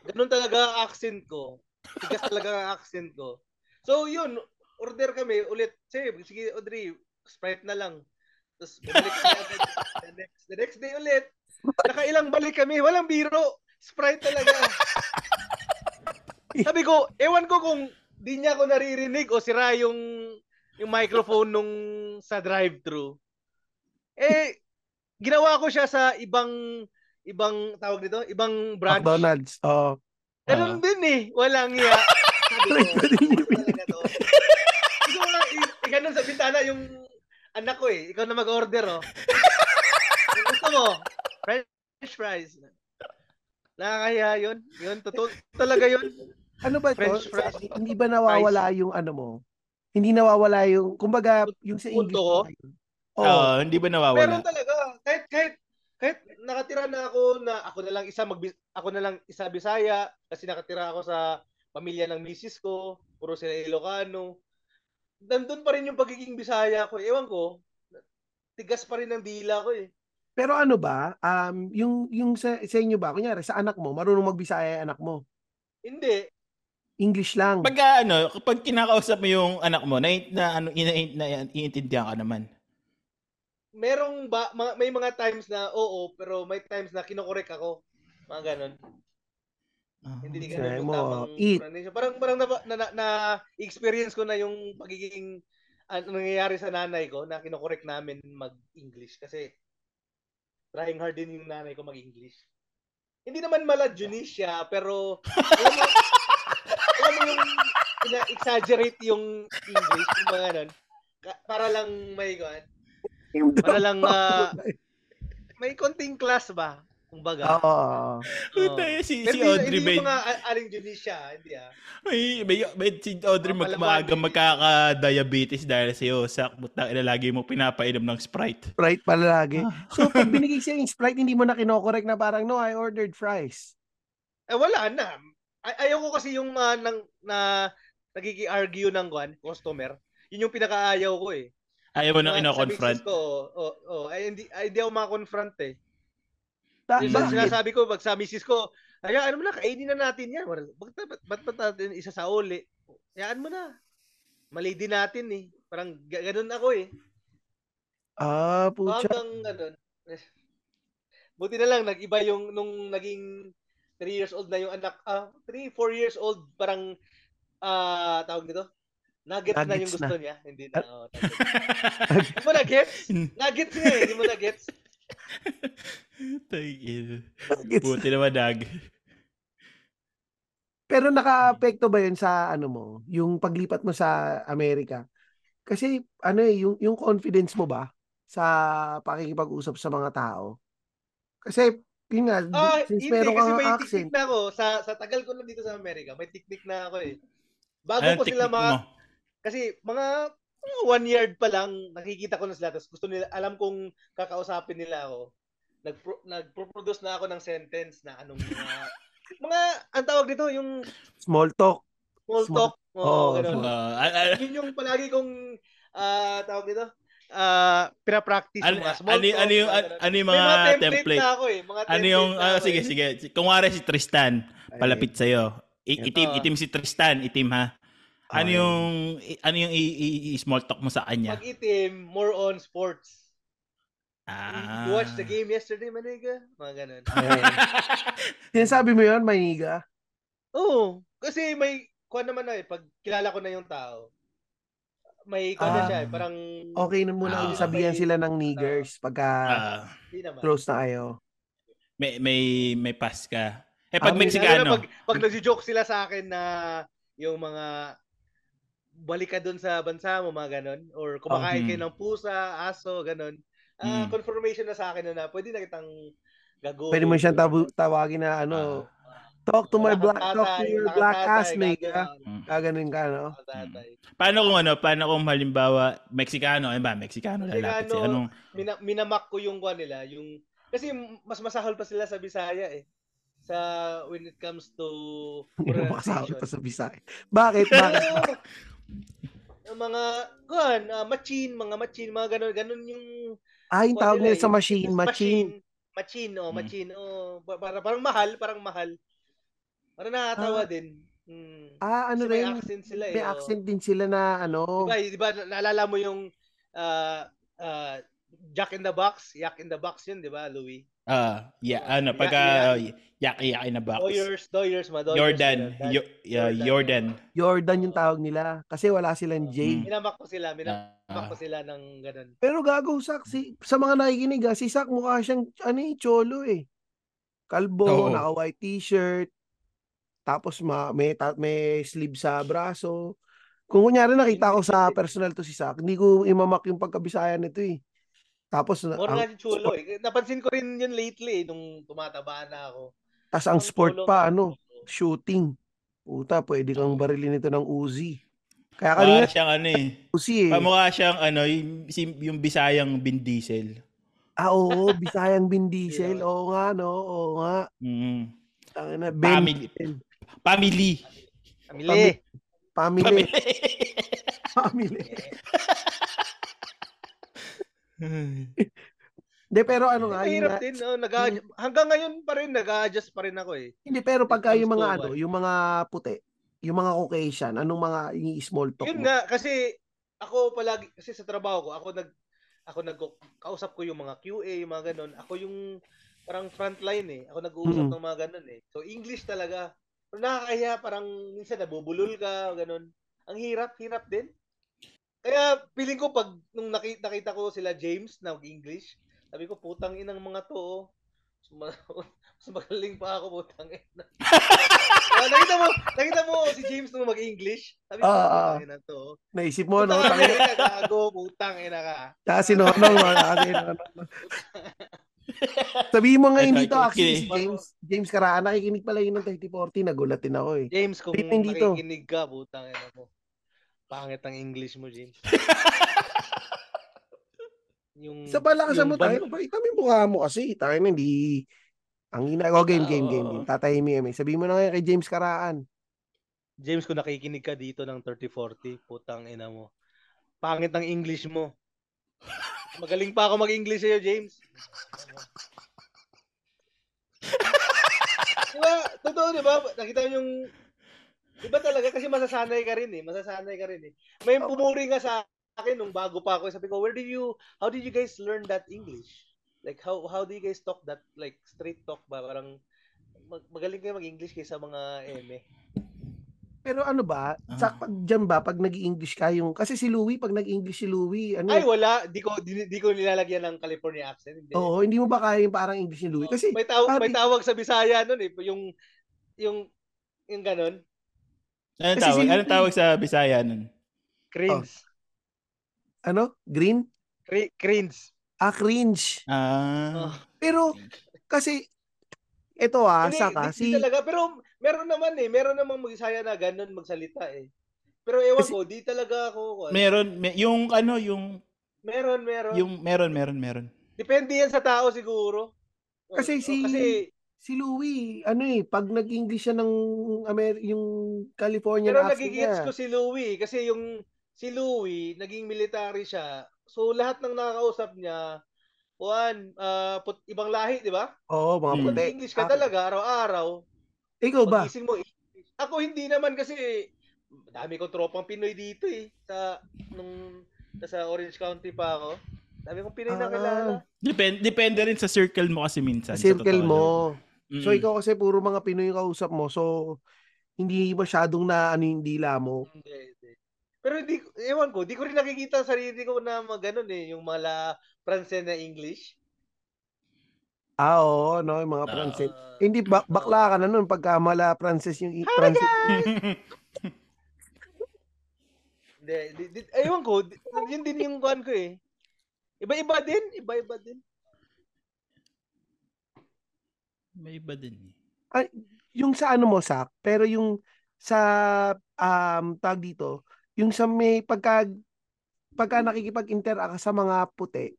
ganun talaga ang accent ko. Tigas talaga ang accent ko. So, yun, order kami ulit. Sige, sige Audrey, Sprite na lang. Tapos, bumalik kami agad. the, next, the next day ulit. Nakailang balik kami, walang biro. Sprite talaga. sabi ko, ewan ko kung di niya ako naririnig o sira yung yung microphone nung sa drive-thru. Eh, ginawa ko siya sa ibang ibang tawag nito, ibang branch.
McDonald's. Oo.
Ganun din eh. Walang iya. *laughs* Sabi ko, talaga to. Ikaw nga, i- i- ganun sa bintana yung anak ko eh. Ikaw na mag-order oh. Yung gusto mo, french fries. Nakakaya yun. Yun, totoo talaga yun.
Ano ba ito?
French fries.
Hindi ba nawawala yung ano mo? hindi nawawala yung, kumbaga, yung sa
Punto
English.
ko? Ah.
Oo.
Oo, hindi ba nawawala?
Meron talaga. Kahit kahit kahit nakatira na ako na ako na lang isa mag ako na lang isa Bisaya kasi nakatira ako sa pamilya ng misis ko, puro sila Ilocano. Nandun pa rin yung pagiging Bisaya ko. Ewan ko, tigas pa rin ang dila ko eh.
Pero ano ba, um, yung, yung sa, sa inyo ba, kunyari, sa anak mo, marunong magbisaya yung anak mo.
Hindi.
English lang.
Pag ano, kapag kinakausap mo yung anak mo, na, na ano, ina, na, iintindihan ka naman.
Merong ba, mga- may mga times na oo, pero may times na kinokorek ako. Mga ganun.
Ah.
Hindi
Okay.
ganun yung
Mo,
tamang
eat.
pronunciation. Ano Parang, parang na, na, na, experience ko na yung pagiging ano nangyayari sa nanay ko na kinokorek namin mag-English kasi trying hard din yung nanay ko mag-English. Hindi naman mala Junisha, pero alam mo, alam mo yung ina-exaggerate yung English, yung mga ganun. Ka- Para lang may, kuwan,
Yung
para
*laughs*
lang ah, may konting class ba? Kumbaga.
Oo.
Oo.
*laughs* Ah, Puta, eh, si,
Pero hindi-
si Audrey
hindi
may,
yung mga a- aling Junisha, hindi ah.
may, may, may, si Audrey mag,
Mga
maaga
palawan.
magkaka-diabetes dahil sa iyo. Sak, buta, ilalagi mo pinapainom ng Sprite.
Sprite pala lagi.
Ah.
So, pag binigay sa'yo yung Sprite, hindi mo na kinokorek na parang, no, I ordered fries.
Eh, wala na. Ay- ayaw ko kasi yung ah, nang, na nagigi-argue ng kwan, customer. Yun yung pinakaayaw ko eh.
Ayaw mo nang
Mga- sa misis
ino-confront.
Ko, oh, oh, oh, ay, hindi, ay, hindi ako makakonfront eh.
Ta-
Yung
Bakit?
sinasabi ko, pag sa misis ko, hayaan mo na, kainin na natin yan. Wala- Ba't ba't, ba't, ba't natin isa sa uli? Hayaan mo na. Mali din natin eh. Parang ga- ganun ako eh.
Ah,
Oh,
pucha.
hanggang ganun. eh, Buti na lang, nag-iba yung nung naging 3 years old na yung anak. Ah, 3, 4 years old, parang, ah, tawag nito? Nuggets, na yung
Nuggets Ah.
gusto niya. Hindi na. Oh, nuggets. Hindi mo
*laughs*
na-gets? Nuggets niya eh. Hindi mo na-gets?
Tagil.
Nuggets.
Buti naman, Dag.
Pero naka-apekto ba yun sa ano mo, yung paglipat mo sa Amerika? Kasi ano eh, yung, yung confidence mo ba sa pakikipag-usap sa mga tao? Kasi yun nga,
Ah,
since
hindi.
meron
Kasi
kang
may
accent,
tiknik na ako. Sa, sa tagal ko lang dito sa Amerika, may tiknik na ako eh. Bago
Anong
ko sila
Ano technique
mga
mo?
Kasi mga, mga one yard pa lang, nakikita ko na sila. Tapos gusto nila, alam kong kakausapin nila ako. Nagpro, nagpo-produce na ako ng sentence na anong
*laughs*
mga, mga, ang tawag dito, yung
small talk.
small
Small-
talk.
Oo,
Oo, ganun.
Ah, ah, ah,
Yun yung palagi kong, ah, tawag dito, ah, pinapractice
ano,
yung mga small
ano,
talk.
ano, yung,
mga ganun.
ano yung
May
mga
template,
template?
na ako eh. Mga
Ano
template
yung,
na
ah,
ako
sige,
eh.
sige. Si- Kunwari si Tristan, palapit sa'yo. I-
Ayun.
itim,
Ah.
itim si Tristan, itim ha. Ano yung, i- ano yung i- i- i- small talk mo sa kanya?
Pag itim, more on sports.
Ah.
You watched the game yesterday, maniga? Mga ganun.
*laughs* Sinasabi mo yun, Maniga?
Oo. Kasi may, kuha naman na eh, pag kilala ko na yung tao, may kuha na
Ah.
siya eh, parang,
Okay na muna
Ah.
ang sabihan sila ng niggers pagka
*laughs* Ah,
hindi naman.
close na kayo.
may, may, may pass ka. Eh, pag
Ah,
Lalo na
may-
Mexicano,
Pag, pag nagjo-joke sila sa akin na yung mga balik ka dun sa bansa mo, mga ganun, or kumakain
Oh,
hmm.
kayo ng pusa, aso, ganun, ah,
Hmm.
confirmation na sa akin na na, pwede na kitang gagawin.
Pwede mo siyang tabu- tawagin na
Ah.
ano, talk to my black, talk to your black ah. ass, Maniga. Gaganin ka, no?
Mm. paano kung ano, paano kung halimbawa, Mexicano, ano ba, Mexicano, lalapit
Mexicano,
sa'yo. Anong,
mina, minamak ko yung kuha nila, yung kasi mas masahol pa sila sa Bisaya eh. Sa when it comes to
*laughs* Yung makasakot
pronunciation.
pa sa Bisaya. Bakit?
*laughs*
Bakit?
Oo. Yung mga kuan, ah, machine, mga machine, mga ganun, ganun yung
Ah, yung
kuha
tawag
nila
nila sa
eh.
machine, machine.
Machine, oh,
Mm.
machine. Oh, Pa- para parang mahal, parang mahal. Parang nakakatawa din. Mm.
Ah, ano
Kasi may
rin?
accent sila eh.
May
oo.
accent din sila na ano.
Diba, diba, na- naalala mo yung ah, ah, Jack in the Box? Jack in the Box yun, di ba, Louie?
Ah, yeah,
Ah,
ano,
yeah,
pagka
yeah.
yeah, yaki-yaki na box.
Doyers, Doyers, ma Doyers.
Jordan,
Oh, Jordan.
Yo- yeah,
Jordan.
Jordan.
Jordan yung tawag nila. Kasi wala silang J.
Mm.
Minamak ko sila, minamak
Ah,
ko sila ng ganun.
Pero gago, Sak, si, sa mga nakikinig, ah, si Sak mukha siyang, ano eh, cholo eh. Kalbo,
Oo.
naka-white t-shirt, tapos ma, may, ta- may sleeve sa braso. Kung kunyari nakita ko sa personal to si Sak, hindi ko imamak yung pagkabisaya nito eh. Tapos, na-
More
ang,
nga si Chulo. Eh. Napansin ko rin yun lately eh, nung tumataba na ako.
tas ang sport
Chulo nga.
pa, ano, shooting. Puta, pwede kang barilin nito ng Uzi. Kaya kanina,
Mukha siyang ano eh.
Susi eh.
Pamukha siyang ano, yung, si- yung Bisayang Vin Diesel.
Ah, oo, Bisayang Vin
*laughs*
Diesel. Oo nga, no? Oo nga.
Mm.
Tangina, Ben
Family. Family.
Amili.
Family.
Family.
*laughs* Family. De, pero ano nga, yun
Mahirap
nga,
din. Oh, nag hanggang ngayon pa rin, nag-a-adjust pa rin ako eh.
Hindi, pero pagka yung mga
Comes to
ano, yung mga puti, yung mga Caucasian, anong mga yung small talk
Yun
mo?
nga, kasi ako palagi, kasi sa trabaho ko, ako nag, ako nag, kausap ko yung mga QA, yung mga ganun. Ako yung parang frontline eh. Ako nag-uusap
Mm.
ng mga ganun eh. So, English talaga. Pero nakakahiya, parang minsan nabubulol ka, ganun. Ang hirap, hirap din. Kaya, piling ko pag nung nakita, nakita ko sila James na english sabi ko, putang inang mga to, oh. Mas ma- *laughs* Mas magaling pa ako, putang
*laughs*
ina. Ah, nakita mo, nakita mo si James nung mag-English. Sabi ko,
Ah, ah.
putang ina to. oh."
Naisip mo, no?
Putang
Tangina.
ina ka, gago, putang ina ka.
Tapos sino ano,
*laughs*
mga tangina, ano, ano. Sabihin mo ngayon dito,
Okay.
actually, ah, si James, James Karaan, nakikinig pala yun ng 3040, nagulatin ako eh.
James, kung
Dito, dito.
nakikinig ka, putang ina mo. Pangit ang English mo,
*laughs*
James. yung,
Sa palakas
yung
mo
ban-
tayo, ba, itami mukha mo kasi, tayo na, hindi, ang ina, oh, game, game, game, game, tatayin mo yan, eh. Sabihin mo na ngayon kay James Karaan.
James, kung nakikinig ka dito ng 3040, putang ina mo. Pangit ang English mo. Magaling pa ako mag-English sa'yo, James. *laughs* diba, totoo, diba? Nakita niyo yung... Diba talaga? Kasi masasanay ka rin eh. Masasanay ka rin eh. May pumuri nga sa akin nung bago pa ako. Sabi ko, where did you... How did you guys learn that English? Like, how how do you guys talk that? Like, straight talk ba? Parang mag- magaling kayo mag-English kaysa mga eh." eme.
Pero ano ba, sa
Ah.
pag dyan ba, pag nag-English ka yung, kasi si Louie, pag nag-English si Louie, ano,
Ay, wala. Di ko, di, di ko nilalagyan ng California accent. Hindi.
Oo, hindi mo ba kaya yung parang English ni Louie? Kasi,
may, taw-
sabi-
may tawag sa Bisaya nun eh. Yung, yung, yung ganun.
*laughs* Anong
Kasi
tawag?
sino-
Anong tawag sa Bisaya nun?
Crins.
ano, green?
Cri- crins.
Ah, cringe.
Oh.
Ah.
Pero, kasi, eto ah,
Hindi,
saka,
di- di
si,
talaga. Pero meron naman eh. Meron namang Bisaya na ganun magsalita eh. Pero ewan
Kasi-
ko, di talaga ako.
Meron, may- yung ano, yung,
meron, meron.
yung meron, meron, meron.
Depende yan sa tao siguro. Oo,
Kasi si-
Kasi,
si Louie, ano eh, pag nag-English siya ng, Amer- yung Californian
Pero
accent
nagigets
niya.
ko si Louie kasi yung si Louie naging military siya. So lahat ng nakakausap niya Juan, ah, put, ibang lahi, di ba?
Oo, mga
Hmm.
puti.
English ka
Ah,
talaga araw-araw.
Ikaw Ano ba?
Pagising mo, English. Ako hindi naman kasi dami kong tropang Pinoy dito eh. Sa nung sa Orange County pa ako. Dami kong Pinoy na
Ah.
kilala.
Depend, depende rin sa circle mo kasi minsan.
Sa
sa
circle
totoo
mo.
lang.
Mm.
So, ikaw kasi puro mga Pinoy yung kausap mo. So, hindi masyadong na ano yung dila mo.
Hindi, hindi. Pero hindi, ko- ewan ko, di ko rin nakikita sa sarili ko na mag ganun eh, yung mala Pransen na English.
Ah, oo, no, yung mga Francis.
Ah,
Hindi, ba- bakla ka na nun pagka mala Francis yung Francis.
Hindi, di, di, ewan ko, di- yun din yung kuhan ko eh. Iba-iba din, iba-iba din.
*laughs* May iba din. eh.
yung sa ano mo sak pero yung sa um tag dito yung sa may pagka pagka nakikipag-interact ka sa mga puti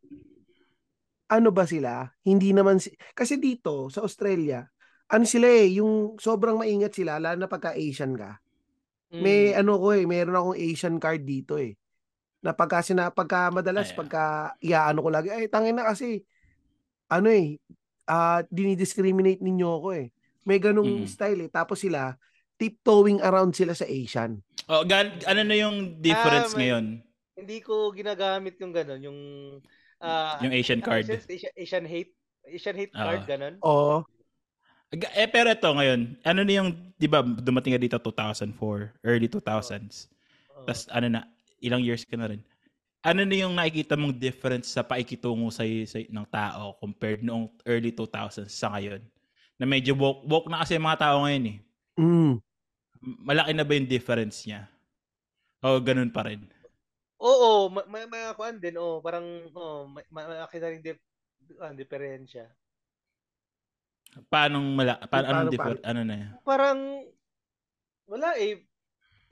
ano ba sila hindi naman si- kasi dito sa Australia ano sila eh yung sobrang maingat sila lalo na pagka Asian ka may
Mm.
ano ko eh meron akong Asian card dito eh na pagka sina pagka madalas
Ayan.
pagka iaano ko lagi ay tangin na kasi ano eh ah dinidiscriminate ninyo ako eh may ganung
Mm.
style eh tapos sila tiptoeing around sila sa Asian
Oh, gan, ano na yung difference
Ah, may-
ngayon?
Hindi ko ginagamit yung gano'n, yung... ah,
Yung Asian
ano
card.
yun? Asian, Asian hate. Asian hate
Ah.
card, gano'n.
oo
Aga- Eh, pero ito ngayon, ano na yung, di ba, dumating ka dito 2004, early 2000s.
Oo.
Tapos ano na, ilang years ka na rin. Ano na yung nakikita mong difference sa paikitungo sa, sa ng tao compared noong early 2000s sa ngayon? Na medyo woke, woke na kasi yung mga tao ngayon eh.
mm.
Malaki na ba yung difference niya? O ganun pa rin?
Oo, ma- may may mga kuhan din, oh, parang, oh, may, may, may akin na rin dif- ah, diferensya.
Paano mala, paano,
Paano-
anong differ, ano na yun?
Parang, wala eh.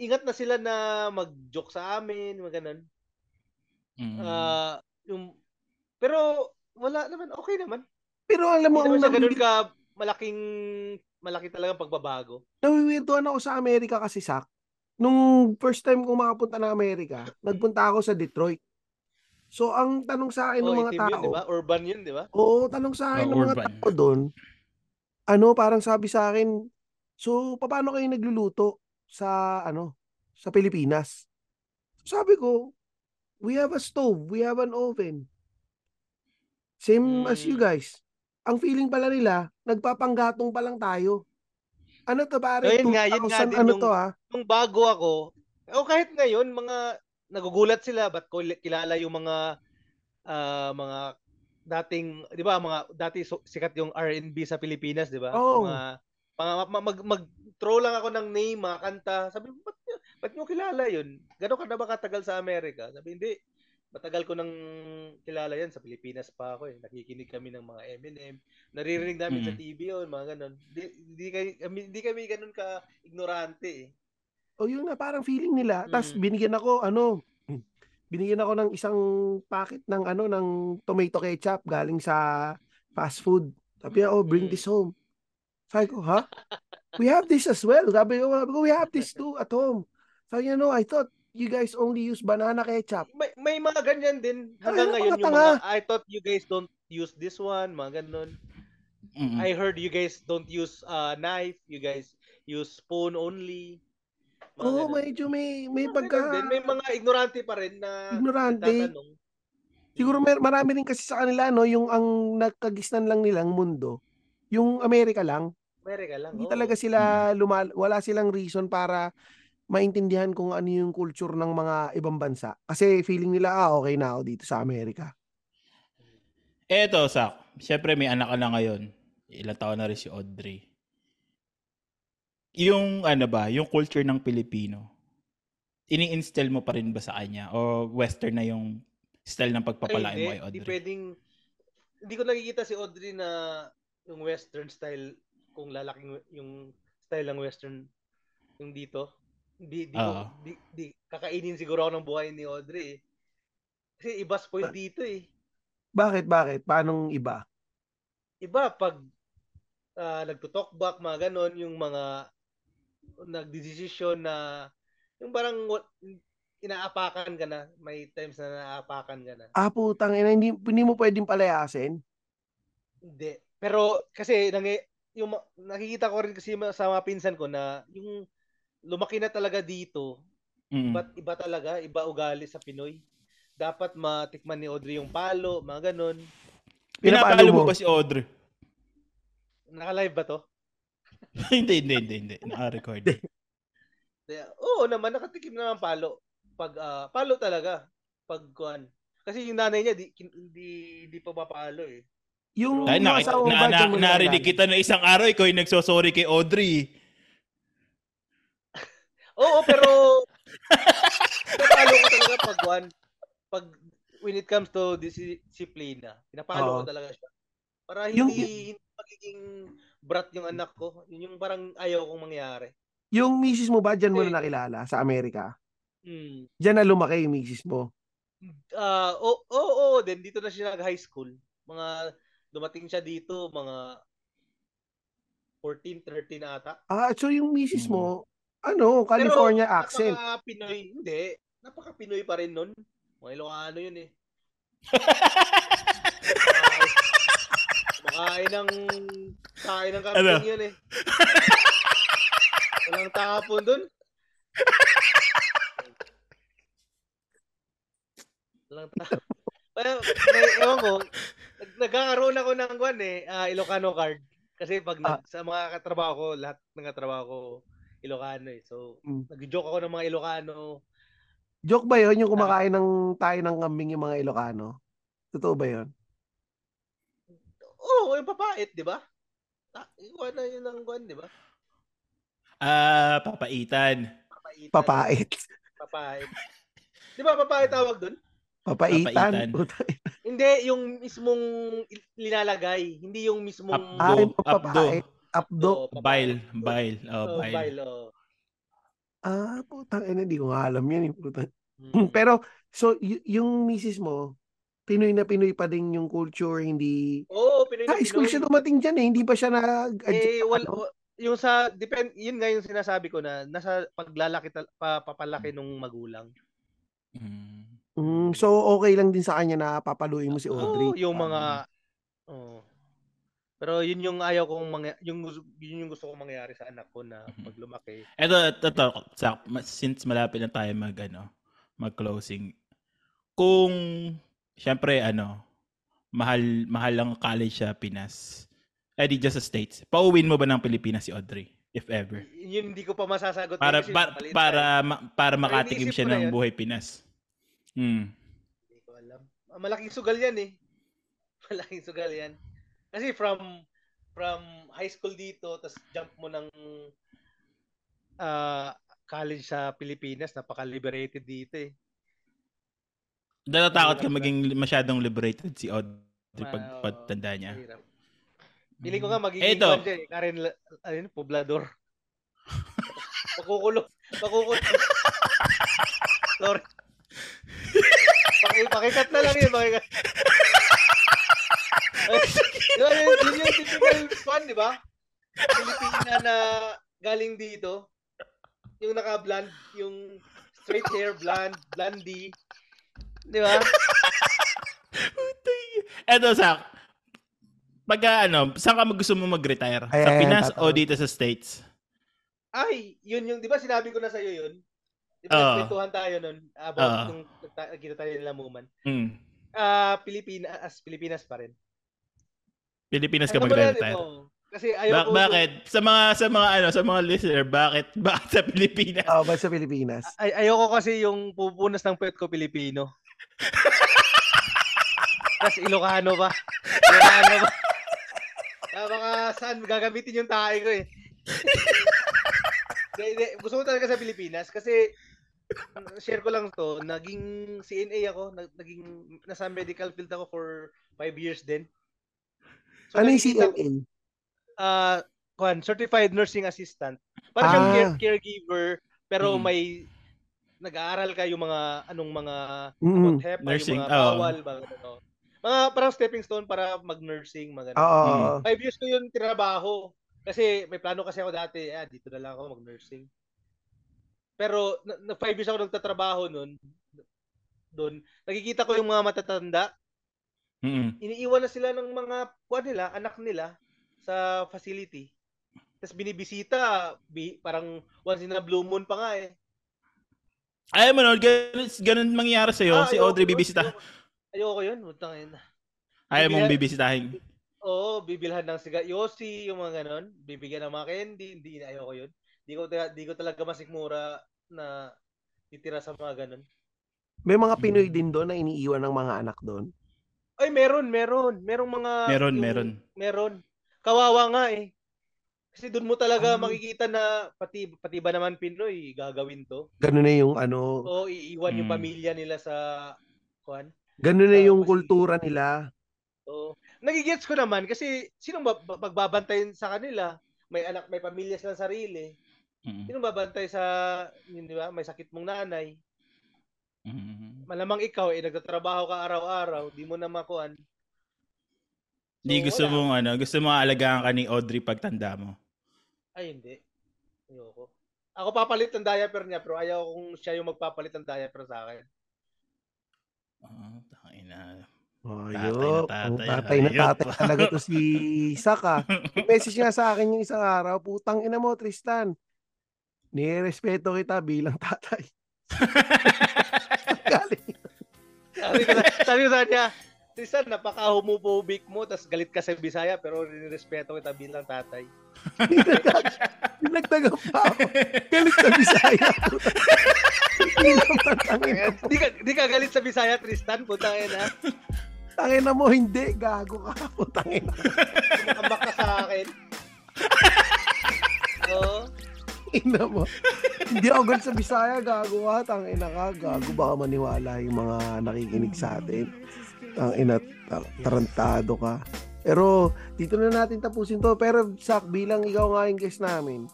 ingat na sila na mag-joke sa amin, mga ganun.
Mm.
Ah, yung, pero wala naman, okay naman.
Pero alam mo,
Hindi naman
ang
siya ganun
nawi-
ka malaking, malaki talagang pagbabago.
nawiwirtuhan ako sa Amerika kasi, Sak. Nung first time ko makapunta ng Amerika, nagpunta ako sa Detroit. So, ang tanong sa akin ng
Oo,
mga
Oh, itim yun,
tao,
di ba? Urban yun, di ba?
Oo, tanong sa akin
Oh,
ng mga
urban.
tao doon. Ano, parang sabi sa akin, so paano kayo nagluluto sa ano, sa Pilipinas? Sabi ko, we have a stove, we have an oven. Same as you
Mm.
guys. Ang feeling pala nila, nagpapanggatong pa lang tayo. Ano to pare?
Oh, yun nga, yun nga
2000
din
ano
yung-
to ha?
Nung bago ako, o kahit ngayon, mga nagugulat sila ba't ko kilala yung mga ah, mga dating, di ba, mga dati so- sikat yung R&B sa Pilipinas, di ba?
Oo.
Mga, mga mag, mag, throw lang ako ng name, mga kanta. Sabi, ba't, nyo- ba't nyo kilala yun? Ganon ka na ba katagal sa Amerika? Sabi, hindi. Matagal ko nang kilala yan. Sa Pilipinas pa ako eh. Nakikinig kami ng mga Eminem. Naririnig namin sa
Mm.
TV yun, mga ganon. Hindi kami, di kami ganon ka ignorante eh.
O yun nga, parang feeling nila. Tapos
Mm.
binigyan ako, ano, *clears throat* binigyan ako ng isang packet ng, ano, ng tomato ketchup galing sa fast food. Sabi niya, oh, bring
Mm.
this home. Sabi ko, ha? We have this as well. Sabi ko, sabi ko, we have this too at home. Sabi niya, no, I thought you guys only use banana ketchup.
May, may mga ganyan din hanggang
Ay,
ngayon yung
napakatanga.
mga I thought you guys don't use this one, mga ganun.
Mm-mm.
I heard you guys don't use uh, knife, you guys use spoon only. Mga ganun.
Oo, medyo Oh, may, may
Mga ganun
pagka
din. may mga ignorante pa rin na
ignorante.
nagtatanong.
Siguro mer- marami rin kasi sa kanila, no, yung ang nagkagisnan lang nilang mundo, yung Amerika lang,
Amerika lang.
Hindi
oo.
talaga sila lumal- wala silang reason para maintindihan kung ano yung culture ng mga ibang bansa. Kasi feeling nila, ah, okay na ako dito sa Amerika.
Eto, Sak. Siyempre, may anak ka na ngayon. Ilang taon na rin si Audrey. Yung, ano ba, yung culture ng Pilipino, ini-install mo pa rin ba sa kanya? O western na yung style ng
Ay,
pagpapalain
hindi.
mo kay
Hindi
Audrey?
Eh, pwedeng, hindi ko nakikita si Audrey na yung western style, kung lalaking we- yung style ng western yung dito. Di, di, ko-
Oo.
di, di, kakainin siguro ako ng buhay ni Audrey eh. Kasi iba spoil dito eh.
Bakit, bakit? Paanong iba?
Iba pag ah, nagto-talkback, mga ganon, yung mga nagdesisyon na yung parang wa- inaapakan ka na. May times na naapakan ka na.
Ah, putang ina, hindi, hindi mo pwedeng palayasin.
Hindi. Pero kasi nang yung ma- nakikita ko rin kasi ma- sa mga pinsan ko na yung lumaki na talaga dito,
Mm.
but iba talaga, iba ugali sa Pinoy. Dapat matikman ni Audrey yung palo, mga ganun.
Pinapalo
Pinapalo
mo.
mo ba si Audrey? *laughs*
Naka-live ba to?
hindi, hindi, hindi, hindi. Naka-record.
Kaya, Oo naman, nakatikim na ng palo. Pag, ah, palo talaga. Pag kuhan. Kasi yung nanay niya, di, kin- di, di pa mapalo eh.
Yung yung
Dahil nakita,
asawa mo
na,
ba,
na,
dyan mo
narinig
naalala?
kita na isang araw, ikaw yung nagsosorry kay Audrey.
Oo, pero pinapalo ko talaga pag one, pag when it comes to disiplina, pinapalo ko
Oo.
talaga siya. Para hindi,
Yung-
hindi magiging brat yung anak ko. Yun yung parang ayaw kong mangyari.
Yung misis mo ba, dyan mo
Eh.
na nakilala sa Amerika?
Mm.
Dyan na lumaki yung misis mo.
Ah, oo, oo, oo, then dito na siya nag-high school. Mga dumating siya dito, mga 14, 13 ata.
Ah, so yung misis
Hmm.
Mm.
mo, ano, California accent.
Napaka Pinoy, hindi. Napaka Pinoy pa rin nun. Mga Ilocano yun eh. Makain ng kain ng kambing
Ano?
yun eh. Walang tapon dun. Walang tapon. Pero, may, ewan ko, nag- nagkakaroon ako ng guan eh, ah, Ilocano card. Kasi pag nag- sa mga katrabaho ko, lahat ng katrabaho ko, Ilocano eh. So,
Mm.
nag-joke ako ng mga Ilocano.
Joke ba yun
Ah.
yung kumakain ng tayo ng kambing yung mga Ilocano? Totoo ba yun?
Oo, oh, yung papait, di ba? Ah, Iwan na yun ang guan, di ba?
*laughs* Ah, papaitan.
Papaitan.
Papait.
Papait. Di ba papait tawag dun?
Papaitan.
Papaitan.
Puta-
Hindi, yung mismong il- nilalagay. Hindi yung mismong...
Ah,
Abdo.
yung papapait.
Abdo.
Abdo.
Oo, papait.
Bile. Bile. Oh,
Oo,
bile.
bile, oo.
Ah, putang ina, hindi ko nga alam yan. eh, putang.
Mm.
*laughs* Pero, so, y- yung misis mo, Pinoy na Pinoy pa din yung culture, hindi...
Oo, Pinoy na
High school
Pinoy.
siya dumating dyan eh, hindi pa siya nag...
Eh, wal,
ano?
wa- yung sa, depend, yun nga yung sinasabi ko na, nasa paglalaki, tal- pa, papalaki nung magulang.
Mm.
Mm, so, okay lang din sa kanya na papaluin mo si Audrey.
Oo, yung
tama.
mga, oo. Pero yun yung ayaw kong mangyari, yung, gusto- yun yung gusto kong mangyari sa anak ko na
Mhm.
pag lumaki.
Eto, eto, eto, Zach, ma- since malapit na tayo mag, ano, mag-closing, kung, syempre, ano, mahal, mahal ang college sa Pinas, eh di just sa States, pauwin mo ba ng Pilipinas si Audrey, if ever?
Y- Yun hindi ko pa masasagot.
Para,
kasi
pa-
napalitan.
para, ma- para
Pero
makatikim
iniisip
siya
ko na
ng
yun.
buhay Pinas. Hmm.
Hindi ko alam. Ah, Malaking sugal yan eh. *laughs* Malaking sugal yan. Kasi from from high school dito, tas jump mo ng ah, college sa Pilipinas, napaka-liberated dito eh.
Natatakot ka
Mahirap na.
maging masyadong liberated si Audrey pag
Ma- oo.
pagtanda niya.
Mahirap. Pili ko nga magiging
Eh, ito.
kwan dyan eh. Karen, La- ayun, poblador. *laughs* Pakukulong. Pakukulong. *laughs* Sorry. Paki, pakikat na lang yun. Pakikat. Ay, yun, yun, yun yung typical fan, di ba? Pilipina na galing dito. Yung naka-blonde, yung straight hair, blonde, blondie. Di ba?
Putay. Eto, Sak. Pagka ano, saan ka gusto mo mag-retire?
Ayan,
sa Pinas
tatawa.
o dito sa States?
Ay, yun yung, di ba sinabi ko na sa'yo yun? Di
Oo.
ba nagkwentuhan tayo nun about
Oo.
nung nagta- nagkita tayo nila Muman?
Mm.
Ah, Pilipinas, as Pilipinas pa rin.
Pilipinas ka
Ano ba yan,
mag-retire.
oo. Kasi
Ba-
ayaw ko,
bakit? Sa mga sa mga ano, sa mga listener, bakit *laughs* bakit sa Pilipinas?
Oh, ba sa Pilipinas?
ay, ayaw ko kasi yung pupunas ng puwet ko Pilipino. Tapos Ilocano pa. Ilocano pa. Kaya baka saan gagamitin yung tayo ko eh. Hindi, hindi. Gusto ko talaga sa Pilipinas kasi mm, share ko lang to, naging CNA ako, nag- naging nasa medical field ako for five years din.
ano yung
nakikita ko-
CNA?
ah kuan, certified nursing assistant. Para siyang
Ah.
care- caregiver pero
Mm.
may nag-aaral ka yung mga anong mga
Mm.
about HEPA,
Nursing,
yung mga
oo.
bawal, mga ano. Mga parang stepping stone para mag-nursing, mga
Oo,
ganun.
oo, oo.
Five years ko yung trabaho. Kasi may plano kasi ako dati, ah, dito na lang ako mag-nursing. Pero na, na five years ako nagtatrabaho nun, doon, nakikita ko yung mga matatanda,
Mm.
iniiwan na sila ng mga kuan nila, anak nila sa facility. Tapos binibisita, bi, parang once in a blue moon pa nga eh.
Ayaw mo nun, ganun, ganun mangyayari sa'yo.
Ah,
si
ayoko
Audrey
yun,
bibisita.
ayoko- Ayoko yun, putang ina.
Ayaw mong
Bibili-
bibisitahin.
Oo, bibilhan ng siga Yossi, yung mga ganon. Bibigyan ng mga candy, hindi, ayoko yun. Di ko, ta- di ko talaga masikmura na titira sa mga ganon.
May mga Pinoy
Mm.
din doon na iniiwan ng mga anak doon.
Ay, meron, meron. Merong mga...
Meron,
yung-
meron.
Meron. Kawawa nga eh. Kasi doon mo talaga
Ah.
makikita na pati, pati ba naman Pinoy gagawin to.
Ganun na yung ano,
Oo, iiwan yung
Mm.
pamilya nila sa kuan.
ganun na
Ah,
yung
kasi-
kultura nila.
So, nagigets ko naman kasi sinong ba- ba- magbabantayin sa kanila? May anak, may pamilya silang sarili.
Mm.
Sinong babantay sa, yun, di ba, may sakit mong nanay?
Mm.
Malamang ikaw, eh, nagtatrabaho ka araw-araw, di mo na makuan. So,
Hindi gusto
wala.
mong ano, gusto mo alagaan ka ni Audrey pagtanda mo.
Ay, hindi. Ayoko. Ako papalit ng diaper niya, pero ayaw kung siya yung magpapalit ng diaper sa akin.
Oh, tangin
Ayok.
tatay,
Oh, Ang tatay na
ayok.
tatay talaga to si Saka. Message nga sa akin yung isang araw, putang ina mo, Tristan. Nirespeto kita bilang tatay. Galing.
*laughs*
Sabi ko, sa- sabi ko sa kanya, Tristan, napaka-homophobic mo, tas galit ka sa Bisaya, pero rinirespeto kita bilang tatay.
Nagtaga pa ako. Galit sa
*laughs*
Bisaya. Hindi naman, tangin
Kaya, di, ka, di ka galit sa Bisaya, Tristan, puta ka na.
Tangin na mo, hindi. Gago ka. Putangin na.
Kumakambak ka sa akin. Oo.
Ina mo. Hindi ako gan sa Bisaya. Gago ka. Tangin na ka. Gago. Baka maniwala yung mga nakikinig sa atin. Tangin na. ta- Tarantado ka. Pero dito na natin tapusin to. Pero Sak, bilang ikaw nga yung guest namin,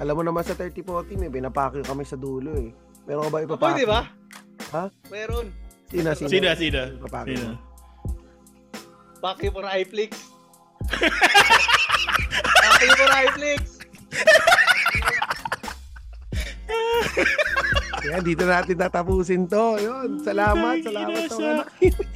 Alam mo naman sa 30-40, may binapakyo kami sa dulo eh. Meron ka ba
Ako,
ipapakyo?
di ba?
Ha?
Meron.
Sino, sino?
Sino, sino?
Ipapakyo
Sino?
mo?
Bakit for iFlix? Bakit for iFlix?
Yan, dito natin tatapusin to. Yun, salamat,
Putang
salamat
ina
sa
siya.
mga nakinig.